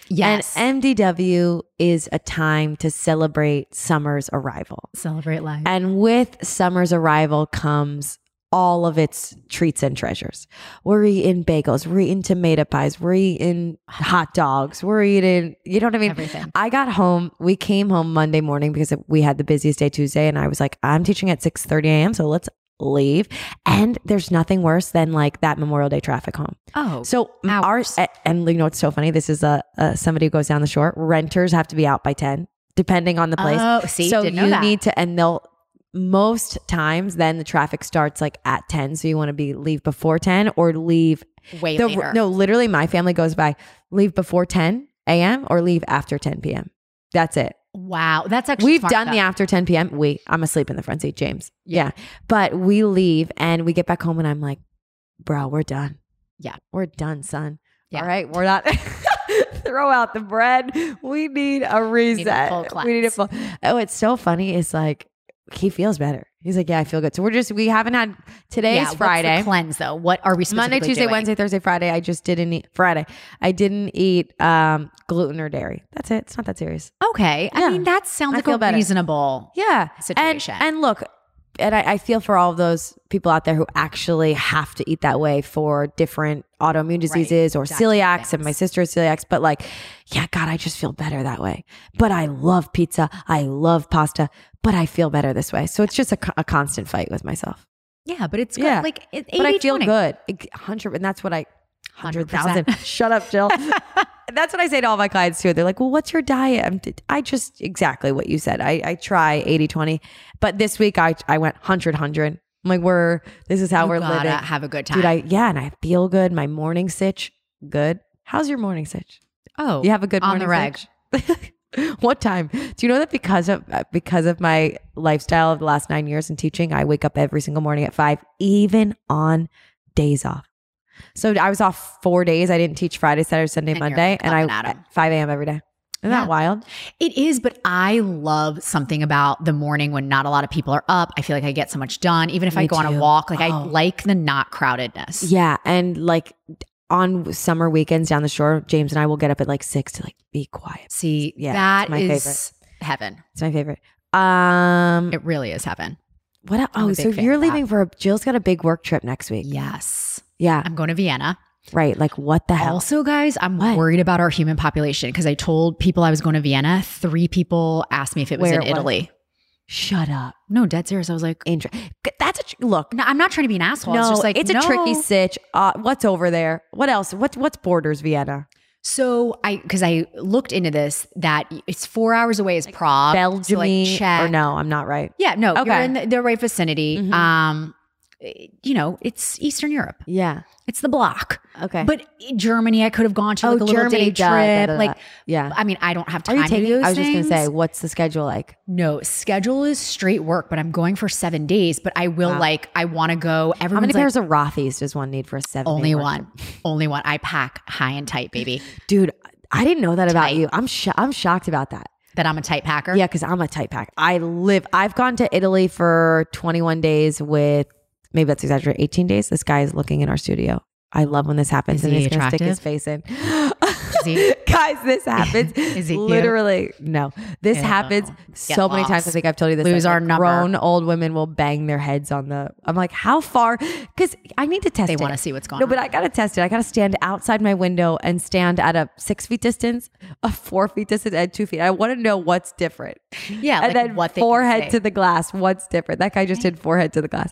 S1: yes
S3: and MDW is a time to celebrate summer's arrival,
S1: celebrate life
S3: and with summer's arrival comes. All of its treats and treasures. We're eating bagels. We're eating tomato pies. We're eating hot dogs. We're eating, you know what I mean?
S1: everything
S3: I got home. We came home Monday morning because we had the busiest day Tuesday, and I was like, I'm teaching at 6:30 a.m., so let's leave. And there's nothing worse than like that Memorial Day traffic home.
S1: oh
S3: So
S1: Hours.
S3: ours, and you know what's so funny? This is a, a somebody who goes down the shore. Renters have to be out by 10, depending on the place.
S1: oh see
S3: so
S1: didn't
S3: you
S1: know that.
S3: need to, and they'll most times then the traffic starts like at 10, so you want to be leave before 10 or leave
S1: way
S3: the-
S1: later
S3: No, literally, my family goes by leave before 10 a.m. or leave after 10 p.m. That's it.
S1: wow that's actually
S3: We've
S1: smart
S3: done the
S1: though.
S3: after 10 p.m. We, I'm asleep in the front seat, James. Yeah. But we leave and we get back home and I'm like, bro, we're done.
S1: Yeah.
S3: We're done, son.
S1: Yeah.
S3: All right. We're not. Throw out the bread. We need a reset.
S1: full
S3: we need a
S1: cleanse.
S3: full. Oh, it's so funny. It's like, he feels better. He's like, yeah, I feel good. So we're just, we haven't had, today
S1: Yeah,
S3: is
S1: what's the
S3: Friday.
S1: cleanse though what are we
S3: Monday,
S1: specifically
S3: Tuesday,
S1: doing?
S3: Wednesday, Thursday, Friday. I just didn't eat Friday. I didn't eat um, gluten or dairy. That's it. It's not that serious.
S1: okay
S3: Yeah.
S1: I mean that sounds
S3: I
S1: like
S3: feel
S1: a
S3: better.
S1: reasonable
S3: Yeah.
S1: situation
S3: And and look, and I, I feel for all of those people out there who actually have to eat that way for different autoimmune diseases or
S1: Exactly.
S3: celiacs. And
S1: Yes.
S3: my sister is celiacs, but like, yeah, God, I just feel better that way. But I love pizza. I love pasta. But I feel better this way. So it's just a, co- a constant fight with myself.
S1: yeah but it's good
S3: Yeah.
S1: like it,
S3: But I feel
S1: 80-20.
S3: good. It- Hundred, and that's what I. Hundred
S1: 100%.
S3: thousand. Shut up, Jill. that's what I say to all my clients too. They're like, "Well, what's your diet?" I'm, I just exactly what you said. I, I try 80, 20. but this week I I went 100, 100. I'm like, we're this is how
S1: You
S3: we're
S1: gotta
S3: living,
S1: have a good time
S3: dude. I yeah, and I feel good. My morning sitch good. How's your morning sitch?
S1: oh
S3: You have a good
S1: on the
S3: morning
S1: reg.
S3: sitch? what time? Do you know that because of uh, because of my lifestyle of the last nine years in teaching, I wake up every single morning at five, even on days off. So I was off four days. I didn't teach Friday, Saturday, Sunday,
S1: And you're
S3: Monday, and I
S1: up and at 'em.
S3: at five a.m. every day. Isn't
S1: Yeah.
S3: that wild?
S1: It is, but I love something about the morning when not a lot of people are up. I feel like I get so much done. Even if I
S3: Me
S1: go on
S3: too.
S1: a walk, like
S3: Oh.
S1: I like the not crowdedness.
S3: Yeah, and like on summer weekends down the shore, James and I will get up at like six to like be quiet.
S1: See,
S3: Yeah,
S1: that
S3: it's my
S1: is heaven.
S3: It's my favorite. Um,
S1: It really is heaven.
S3: what? el-
S1: I'm a
S3: Oh,
S1: big
S3: so
S1: fan
S3: you're
S1: of that.
S3: leaving for a, Jill's got a big work trip next week.
S1: Yes.
S3: Yeah,
S1: I'm going to Vienna.
S3: right. Like what the hell?
S1: Also, guys, I'm
S3: What?
S1: worried about our human population because I told people I was going to Vienna. Three people asked me if it was
S3: Where
S1: in
S3: it was.
S1: Italy.
S3: Shut up.
S1: No, dead serious. I was like,
S3: Inter- That's a tr- look.
S1: no, I'm not trying to be an asshole. it's just like
S3: it's a
S1: no.
S3: tricky sitch. Uh, what's over there? What else? What's what's borders Vienna?
S1: So I, because I looked into this, that it's four hours away is Prague,
S3: Belgium
S1: so Uh, like
S3: or
S1: Czech.
S3: no? I'm not right.
S1: Yeah, no, you're
S3: Okay.
S1: in the, the right vicinity.
S3: Mhm.
S1: Um, you know, it's Eastern Europe.
S3: Yeah.
S1: It's the block.
S3: Okay.
S1: But Germany, I could have gone to like
S3: Oh,
S1: a little day
S3: Germany,
S1: trip.
S3: duh, da, da, da.
S1: Like,
S3: yeah.
S1: I mean, I don't have
S3: Are
S1: time
S3: you
S1: to do
S3: taking?
S1: those
S3: I was just gonna
S1: things.
S3: say, what's the schedule like?
S1: no schedule is straight work, but I'm going for seven days. But I will
S3: Wow.
S1: like, I want to go.
S3: How many
S1: Everyone's like,
S3: pairs of Rothy's does one need for a seven?
S1: only one, only one. I pack high and tight, baby.
S3: dude. I didn't know that about
S1: Tight.
S3: you. I'm sho- I'm shocked about that.
S1: That I'm a tight packer.
S3: Yeah, because I'm a tight pack. I live. I've gone to Italy for 21 days with maybe that's exaggerated. 18 days. This guy is looking in our studio. I love when this happens
S1: Is
S3: and
S1: he
S3: he's gonna stick his
S1: attractive?
S3: face in.
S1: he-
S3: Guys, this happens.
S1: Is he cute?
S3: literally no? This
S1: Ew.
S3: happens so many times. I
S1: lost.
S3: think I've told you this.
S1: Lose
S3: like,
S1: our number.
S3: Grown old women will bang their heads on the. I'm like, how far? Because I need to test.
S1: They
S3: it.
S1: want to see what's going
S3: No,
S1: on.
S3: but I gotta test it. I gotta stand outside my window and stand at a six feet distance, a four feet distance, and two feet. I want to know what's different.
S1: yeah, like
S3: and then
S1: what they can
S3: forehead
S1: say.
S3: to the glass. What's different? That guy just did forehead to the glass.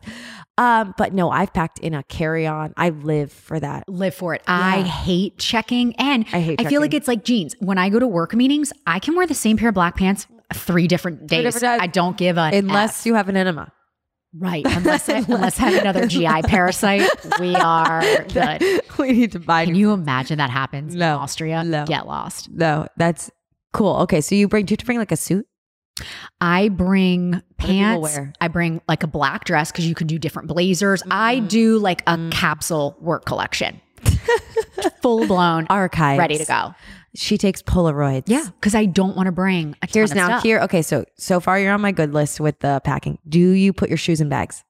S3: Um, but no, I've packed in a carry on. I live for that.
S1: live for it. I hate checking and
S3: I hate
S1: I feel like
S3: checking.
S1: it's like jeans. When I go to work meetings, I can wear the same pair of black pants three different days.
S3: different times.
S1: I don't give a
S3: Unless you have an enema.
S1: right. Unless I, unless I have another GI parasite, we are good.
S3: we need to buy.
S1: Can
S3: new-
S1: you imagine that happens
S3: No.
S1: in Austria?
S3: No.
S1: Get lost.
S3: no, that's cool. Okay, so you bring. Do you have to bring like a suit?
S1: I bring
S3: do people
S1: pants.
S3: wear?
S1: I bring like a black dress because you can do different blazers. I
S3: Mm.
S1: do like a capsule work collection, full blown,
S3: Archive
S1: ready to go.
S3: She takes Polaroids.
S1: Yeah, because I don't want to bring. A ton
S3: Here's
S1: of
S3: now
S1: stuff.
S3: here. Okay, so so far you're on my good list with the packing. Do you put your shoes in bags?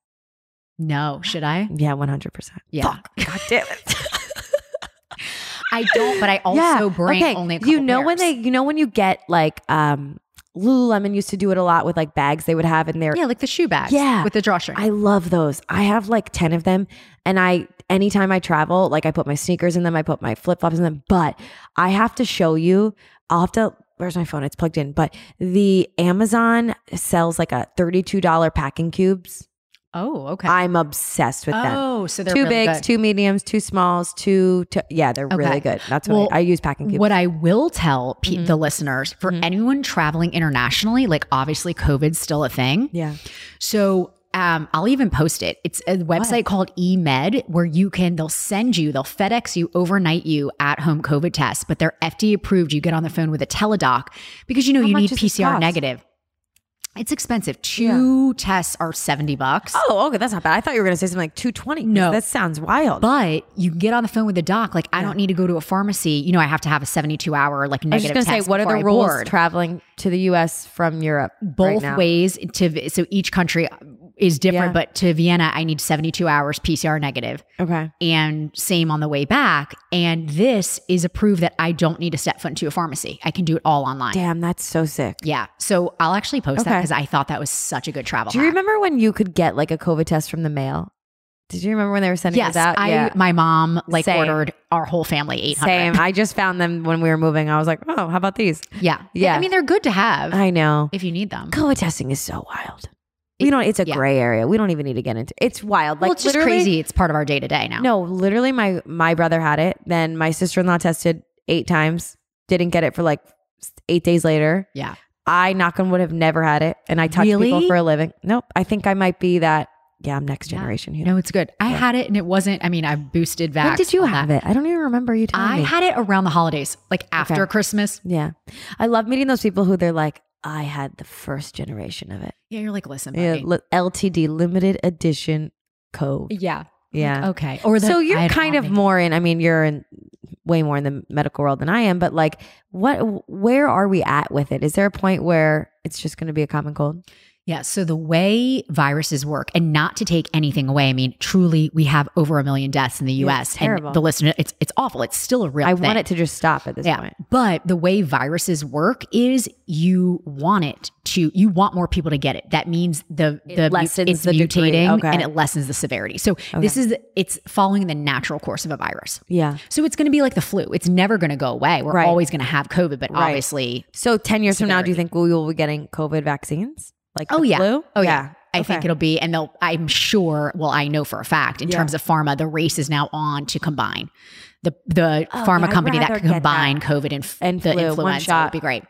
S1: No, should I?
S3: Yeah, one hundred percent.
S1: Yeah.
S3: Fuck. God damn it.
S1: I don't, but I also bring
S3: okay.
S1: only a couple
S3: you know when they
S1: pairs.
S3: you know when you get like um Lululemon used to do it a lot with like bags they would have in their
S1: yeah, like the shoe bags,
S3: Yeah.
S1: with the drawstring.
S3: I love those. I have like 10 of them. And I, anytime I travel, like I put my sneakers in them, I put my flip flops in them. But I have to show you, I'll have to, where's my phone? It's plugged in. But the Amazon sells like a $32 packing cubes.
S1: oh, okay.
S3: I'm obsessed with them.
S1: oh, so they're
S3: Two
S1: really
S3: bigs,
S1: good.
S3: two mediums, two smalls, two, two yeah, they're really
S1: Okay.
S3: good. That's what
S1: Well,
S3: I, I use packing cubes.
S1: What I will tell pe-
S3: Mhm.
S1: the listeners for
S3: Mhm.
S1: anyone traveling internationally, like obviously COVID's still a thing.
S3: yeah.
S1: So um, I'll even post it. It's a website called eMed where you can, they'll send you, they'll FedEx you, overnight you at home COVID tests, but they're FDA approved. You get on the phone with a teledoc because you know
S3: How
S1: you
S3: much
S1: need
S3: does it cost?
S1: PCR negative. It's expensive. Two tests are 70 bucks.
S3: Oh, okay. That's not bad. I thought you were going to say something like 220. 'cause
S1: No.
S3: That sounds wild.
S1: But you can get on the phone with the doc. Like, I
S3: Yeah.
S1: don't need to go to a pharmacy. You know, I have to have a 72 hour, like,
S3: I was
S1: negative
S3: just going to say,
S1: test
S3: what are
S1: before
S3: the
S1: I
S3: rules
S1: board.
S3: traveling to the U.S. from Europe? right
S1: Both
S3: now?
S1: ways to, so each country is different,
S3: Yeah.
S1: but to Vienna, I need 72 hours PCR negative.
S3: Okay.
S1: and same on the way back. And this is a proof that I don't need to step foot into a pharmacy. I can do it all online.
S3: Damn, that's so sick.
S1: Yeah. So I'll actually post that
S3: Okay.
S1: because I thought that was such a good travel.
S3: Do you
S1: hack.
S3: remember when you could get like a COVID test from the mail? Did you remember when they were sending
S1: Yes,
S3: those out?
S1: I my mom like
S3: Same.
S1: ordered our whole family eight hundred.
S3: Same. I just found them when we were moving. I was like, oh, how about these?
S1: Yeah,
S3: Yeah.
S1: I mean, they're good to have
S3: I know.
S1: if you need them.
S3: COVID testing is so wild. You know, it's a
S1: yeah.
S3: gray area. We don't even need to get into. It's wild. Like
S1: well, it's just
S3: literally-
S1: crazy. It's part of our day to day now.
S3: No, literally, my my brother had it. Then my sister in law tested eight times. Didn't get it for like eight days later.
S1: Yeah.
S3: I knock on would have never had it, and I touch people
S1: Really?
S3: for a living. Nope. I think I might be that. Yeah, I'm next
S1: Yeah.
S3: generation human.
S1: no, it's good. I had it and it wasn't. I mean, I boosted vax.
S3: When did you
S1: all that.
S3: have it? I don't even remember you telling
S1: I
S3: me.
S1: had it around the holidays, like after Christmas.
S3: yeah, I love meeting those people who they're like, I had the first generation of it.
S1: Yeah, you're like, listen,
S3: Yeah,
S1: buddy.
S3: li- LTD limited edition code.
S1: yeah.
S3: Yeah.
S1: Okay. Or the,
S3: so you're
S1: I had
S3: kind of
S1: omni.
S3: more in. I mean, you're in way more in the medical world than I am. But like, what? Where are we at with it? Is there a point where it's just going to be a common cold?
S1: Yeah. So the way viruses work, and not to take anything away, I mean, truly, we have over a million deaths in the
S3: Yeah, it's
S1: U.S.
S3: terrible.
S1: and the listener, it's it's awful. It's still a real.
S3: I
S1: thing.
S3: want it to just stop at this
S1: Yeah.
S3: point.
S1: But the way viruses work is you want it to you want more people to get it. That means the
S3: It
S1: the
S3: lessens
S1: it's
S3: the degree.
S1: mutating
S3: Okay.
S1: and it lessens the severity. So this is it's following the natural course of a virus.
S3: Yeah.
S1: So it's going to be like the flu. It's never going to go away. We're
S3: Right.
S1: always going to have COVID, but
S3: Right.
S1: obviously
S3: So ten years from now, do you
S1: Severity.
S3: think we will be getting COVID vaccines? Like
S1: Oh,
S3: the
S1: yeah.
S3: flu?
S1: Oh, yeah. I think
S3: Okay.
S1: it'll be, and they'll, I'm sure, well, I know for a fact in
S3: Yeah.
S1: terms of pharma, the race is now on to combine the the
S3: Oh, yeah,
S1: pharma
S3: I'd
S1: company that
S3: rather
S1: can
S3: get that.
S1: combine COVID and, f-
S3: And
S1: the
S3: flu, one
S1: influenza
S3: shot.
S1: would be great.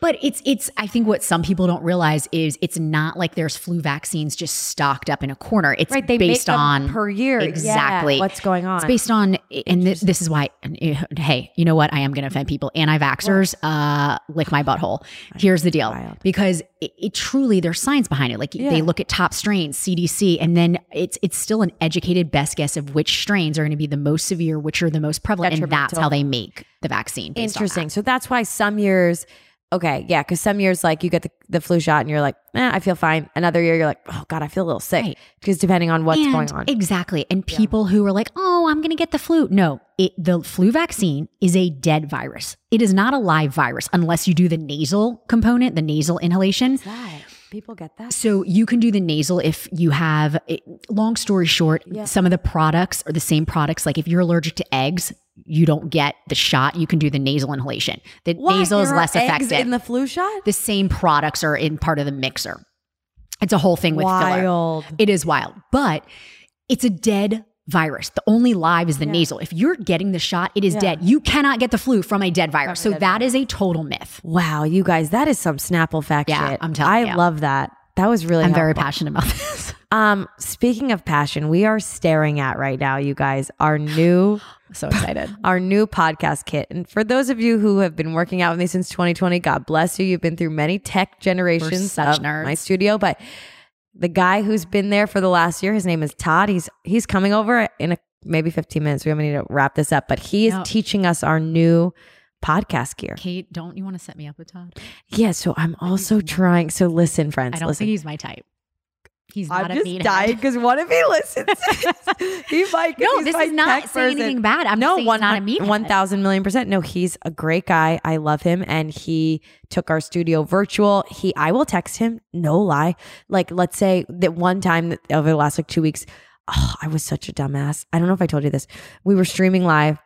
S1: But it's, it's, I think what some people don't realize is it's not like there's flu vaccines just stocked up in a corner. It's
S3: Right. They
S1: based
S3: make them
S1: on
S3: per year. Yeah,
S1: Exactly.
S3: what's going on?
S1: It's based on, and this, this is why. And, uh, hey, you know what? I am going to offend people. Anti-vaxxers, uh, lick my butthole. Here's the deal,
S3: Wild.
S1: because it, it truly there's science behind it. Like they look at top strains, CDC, and then it's it's still an educated best guess of which strains are going to be the most severe, which are the most prevalent, and that's
S3: Detrimental.
S1: how they make the vaccine. based on that.
S3: Interesting. So that's why some years, okay, yeah, because some years like you get the, the flu shot and you're like, eh, I feel fine. Another year you're like, oh god, I feel a little sick
S1: Right.
S3: because depending on what's
S1: and
S3: going on.
S1: Exactly. And people who are like, oh, I'm going to get the flu. No, it, the flu vaccine is a dead virus. It is not a live virus unless you do the nasal component, the nasal inhalation.
S3: That- People get that.
S1: So you can do the nasal if you have, it- long story short, some of the products are the same products. Like if you're allergic to eggs, you don't get the shot. You can do the nasal inhalation. The
S3: What?
S1: nasal is
S3: There are
S1: less
S3: eggs
S1: effective.
S3: in the flu shot.
S1: the same products are in part of the mixer. It's a whole thing with filler.
S3: Wild.
S1: It is wild, but it's a dead virus. The only live is the nasal. If you're getting the shot, it is dead. You cannot get the flu from a dead virus. so that is a total myth.
S3: Wow, you guys, that is some Snapple fact
S1: Yeah,
S3: shit.
S1: I'm telling
S3: I
S1: you.
S3: love that. That was really
S1: I'm very
S3: helpful.
S1: passionate about this.
S3: Um, speaking of passion, we are staring at right now, you guys, our new
S1: so excited.
S3: our new podcast kit. And for those of you who have been working out with me since 2020, God bless you. You've been through many tech generations
S1: such
S3: of
S1: nerds.
S3: my studio, but the guy who's been there for the last year, his name is Todd. He's he's coming over in a, maybe 15 minutes. We're gonna need to wrap this up, but he is
S1: No.
S3: teaching us our new podcast gear.
S1: Kate, don't you want to set me up with Todd?
S3: Yeah, so I'm also trying. So listen, friends,
S1: I don't
S3: listen.
S1: think he's my type. He's not
S3: I'm
S1: a
S3: just
S1: meathead.
S3: dying because what if he listens? he might.
S1: No,
S3: he's
S1: this
S3: my
S1: is not
S3: tech
S1: saying
S3: person.
S1: anything bad. I'm
S3: no,
S1: just saying
S3: one
S1: he's not a meathead.
S3: one thousand million percent. No, he's a great guy. I love him, and he took our studio virtual. He, I will text him. No lie. Like, let's say that one time that over the last like two weeks, oh, I was such a dumbass. I don't know if I told you this. We were streaming live.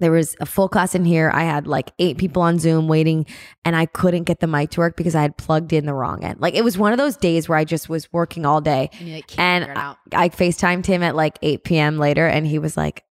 S3: There was a full class in here. I had like eight people on Zoom waiting, and I couldn't get the mic to work because I had plugged in the wrong end. Like it was one of those days where I just was working all day,
S1: And, you're like, "Can't
S3: and
S1: figure it out."
S3: I FaceTimed him at like 8 p.m. later and he was like,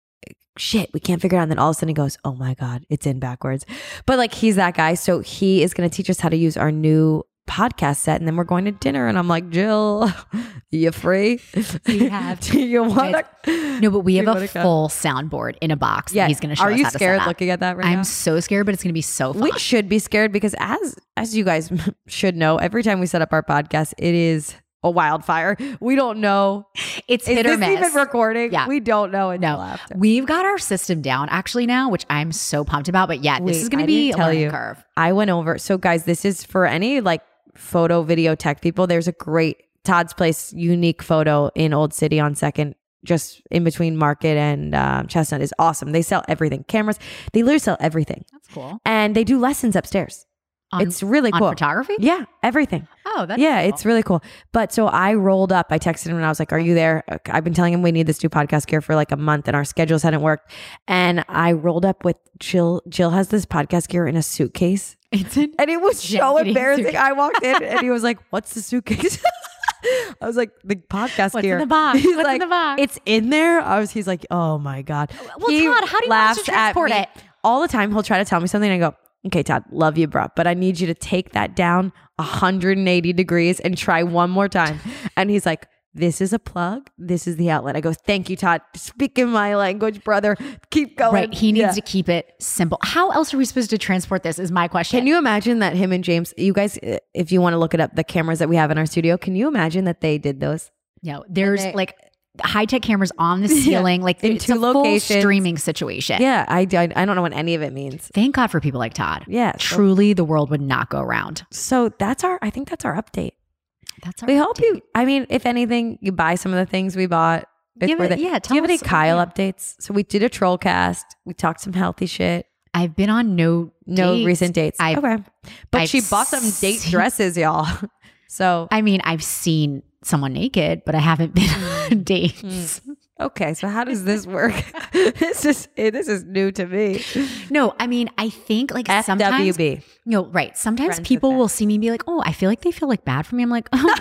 S3: shit, we can't figure it out. And then all of a sudden he goes, oh my God, it's in backwards. But like he's that guy. So he is going to teach us how to use our new podcast set. And then we're going to dinner. And I'm like, Jill, you free?
S1: We have-
S3: Do you want to?
S1: no, but we have
S3: You wanna
S1: a
S3: go?
S1: full soundboard in a box. Yeah, he's going to show
S3: Are
S1: us
S3: you
S1: how to set
S3: scared
S1: up.
S3: looking at that right
S1: I'm
S3: now?
S1: so scared, but it's going to be so fun.
S3: we should be scared because as as you guys should know, every time we set up our podcast, it is a wildfire. We don't know
S1: it's
S3: is
S1: hit or
S3: this
S1: miss.
S3: even recording?
S1: Yeah.
S3: We don't know until
S1: No,
S3: after.
S1: we've got our system down actually now, which I'm so pumped about. But yeah,
S3: Wait,
S1: this is going
S3: I
S1: to be
S3: didn't
S1: a
S3: tell
S1: learning
S3: you.
S1: curve.
S3: I went over. So, guys, this is for any like photo, video, tech people. There's a great Todd's Place unique photo in Old City on Second, just in between Market and um, Chestnut. is awesome. They sell everything, cameras. They literally sell everything,
S1: That's cool.
S3: and they do lessons upstairs.
S1: On,
S3: it's really
S1: on
S3: cool.
S1: photography.
S3: Yeah, everything.
S1: Oh, that's
S3: yeah,
S1: cool.
S3: it's really cool. But so I rolled up. I texted him and I was like, "Are you there?" I've been telling him we need this new podcast gear for like a month, and our schedules hadn't worked. And I rolled up with Jill. Jill has this podcast gear in a suitcase,
S1: it's an,
S3: and it was so
S1: Janky
S3: embarrassing.
S1: suitcase.
S3: I walked in and he was like, "What's the suitcase?" I was like, "The podcast
S1: what's
S3: gear."
S1: in the box?
S3: He's
S1: What's in
S3: like,
S1: the box?
S3: "It's in there." I was. He's like, "Oh my god."
S1: Well, Todd, how do you want us to
S3: laughs at
S1: transport
S3: me
S1: it?
S3: all the time? He'll try to tell me something, and I go, "Okay, Todd, love you, bro, but I need you to take that down 180 degrees and try one more time." And he's like. This is a plug. This is the outlet. I go, thank you, Todd. Speak in my language, brother. Keep going.
S1: right. He needs
S3: Yeah.
S1: to keep it simple. How else are we supposed to transport this? Is my question.
S3: Can you imagine that him and James, you guys, uh, if you want to look it up, the cameras that we have in our studio, can you imagine that they did those?
S1: No, there's
S3: they-
S1: like high tech cameras on the ceiling, like
S3: In
S1: it's
S3: two
S1: a full
S3: locations.
S1: streaming situation.
S3: Yeah, I, I, I don't know what any of it means.
S1: Thank God for people like Todd.
S3: Yeah. So,
S1: Truly, the world would not go around.
S3: so that's our, I think that's our update.
S1: That's our
S3: We hope
S1: update.
S3: you, I mean, if anything, you buy some of the things we bought. It's
S1: Give
S3: worth
S1: it-
S3: it.
S1: yeah,
S3: Do you
S1: tell
S3: have any
S1: us-
S3: Kyle
S1: yeah.
S3: updates? So we did a troll cast. We talked some healthy shit.
S1: I've been on no
S3: No
S1: dates.
S3: recent dates.
S1: I've-
S3: okay. But
S1: I've
S3: she bought some date
S1: seen-
S3: dresses, y'all. So Hmm.
S1: I mean, I've seen someone naked, but I haven't been on dates.
S3: okay, so how does this work? this is this is new to me.
S1: No, I mean, I think like sometimes
S3: FWB.
S1: No, right. Sometimes
S3: Friends with
S1: people will
S3: benefits.
S1: see me and be like, "Oh, I feel like they feel like bad for me." I'm like, "Oh,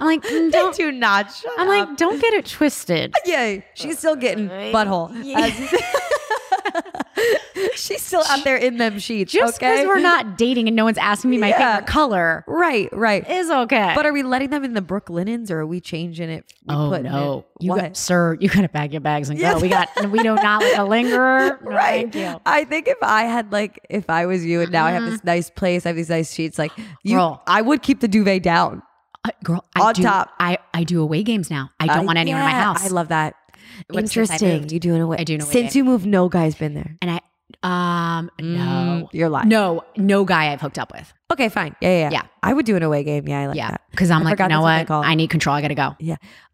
S1: I'm like, mm,
S3: They
S1: don't."
S3: do not shut
S1: I'm
S3: up.
S1: like, "Don't get it twisted."
S3: Yeah, she's still getting butthole. As- she's still out there in them sheets.
S1: Just because
S3: okay?
S1: we're not dating and no one's asking me my
S3: Yeah.
S1: favorite color
S3: right, right.
S1: is okay.
S3: but are we letting them in the Brook linens, or are we changing it? We
S1: oh
S3: putting
S1: no,
S3: it-
S1: you
S3: what?
S1: got, sir, you gotta bag your bags and
S3: Yeah.
S1: go. We got, we do not like a lingerer. No,
S3: right.
S1: Thank you.
S3: I think if I had like, if I was you, and now I have this nice place, I have these nice sheets. Like
S1: Mm-hmm.
S3: you,
S1: Girl.
S3: I would keep the duvet down.
S1: Uh, girl, I
S3: On
S1: do,
S3: top.
S1: I I do away games now. I don't want anyone in my
S3: yeah,
S1: house.
S3: I love that.
S1: But since I
S3: Interesting.
S1: moved-
S3: You doing away?
S1: I do an away
S3: Since
S1: game.
S3: you moved, no guy's been there.
S1: and I um no
S3: Mm, you're lying.
S1: no no guy I've hooked up with.
S3: Okay, fine. Yeah, yeah, yeah.
S1: Yeah.
S3: I would do an away game. Yeah, I like
S1: yeah,
S3: that.
S1: because
S3: I
S1: I'm like,
S3: forgot
S1: you know
S3: that's what they
S1: what?
S3: call it.
S1: I need control. I gotta go.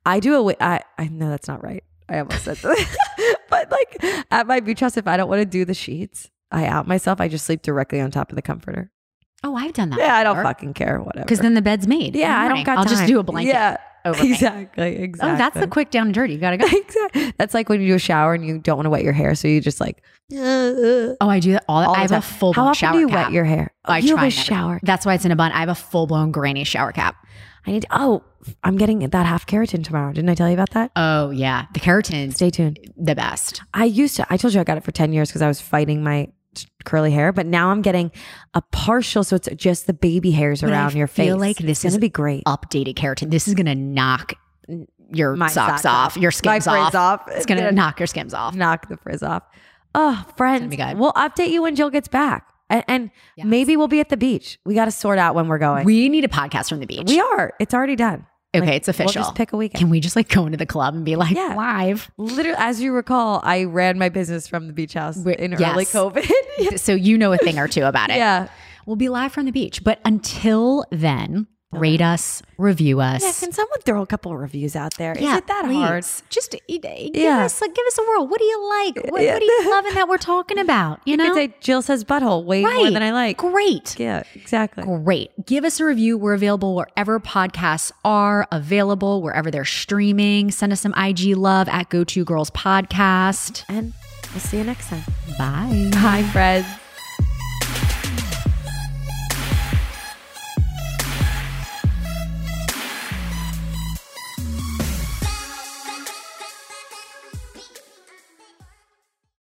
S3: I do away. I I know that's not right. I almost said that. but like at my beach house, if I don't want to do the sheets, I out myself. I just sleep directly on top of the comforter.
S1: Oh, I've done that.
S3: Yeah, I don't
S1: before.
S3: fucking care. Whatever.
S1: Because then the bed's made. in the
S3: yeah, I don't
S1: morning.
S3: got.
S1: I'll just
S3: time.
S1: do a blanket
S3: Yeah,
S1: over me.
S3: exactly. Exactly.
S1: Oh, that's the quick down and dirty. You gotta go.
S3: Exactly. That's like when you do a shower and you don't want to wet your hair, so you just like. uh,
S1: Oh, I do that all. I
S3: all the
S1: have
S3: time.
S1: a full
S3: How
S1: blown
S3: often
S1: shower
S3: do you
S1: cap. Oh,
S3: wet your hair?
S1: I
S3: Oh, you
S1: try
S3: have a
S1: never.
S3: shower.
S1: That's why it's in a bun. I have a full blown granny shower cap.
S3: I need. Oh, I'm getting that half keratin tomorrow. Didn't I tell you about that?
S1: Oh yeah, the keratin's
S3: Stay tuned.
S1: the best.
S3: I used to. I told you I got it for ten years because I was fighting my curly hair, but now I'm getting a partial, so it's just the baby hairs
S1: But I
S3: around your face.
S1: feel like this
S3: it's gonna
S1: is
S3: be great.
S1: Updated keratin. This is gonna knock your
S3: My
S1: socks,
S3: socks
S1: off, your
S3: My
S1: skims
S3: frizz
S1: off.
S3: off.
S1: It's gonna knock your skims off.
S3: knock the frizz off. Oh, friends,
S1: be good.
S3: we'll update you when Jill gets back, and, and
S1: Yes.
S3: maybe we'll be at the beach. We got to sort out when we're going.
S1: We need a podcast from the beach.
S3: We are. It's already done.
S1: okay,
S3: like,
S1: it's official.
S3: We'll just pick a weekend.
S1: Can we just like go into the club and be like
S3: Yeah.
S1: live?
S3: Literally, as you recall, I ran my business from the beach house
S1: Wi-
S3: in
S1: yes.
S3: early COVID.
S1: So you know a thing or two about it.
S3: yeah.
S1: We'll be live from the beach. But until then, rate us, review
S3: Yeah,
S1: us.
S3: can someone throw a couple reviews out there? Is it that
S1: please.
S3: hard?
S1: Just e- e- give
S3: Yeah.
S1: us like give us a whirl. What do you like? What,
S3: Yeah.
S1: what are you loving that we're talking about? You
S3: You
S1: know,
S3: could say Jill says butthole way more
S1: Right.
S3: than I like.
S1: great,
S3: Yeah, exactly.
S1: great. Give us a review. We're available wherever podcasts are available, wherever they're streaming. Send us some IG love at Go To Girls Podcast.
S3: And we'll see you next time.
S1: Bye.
S3: Bye, friends.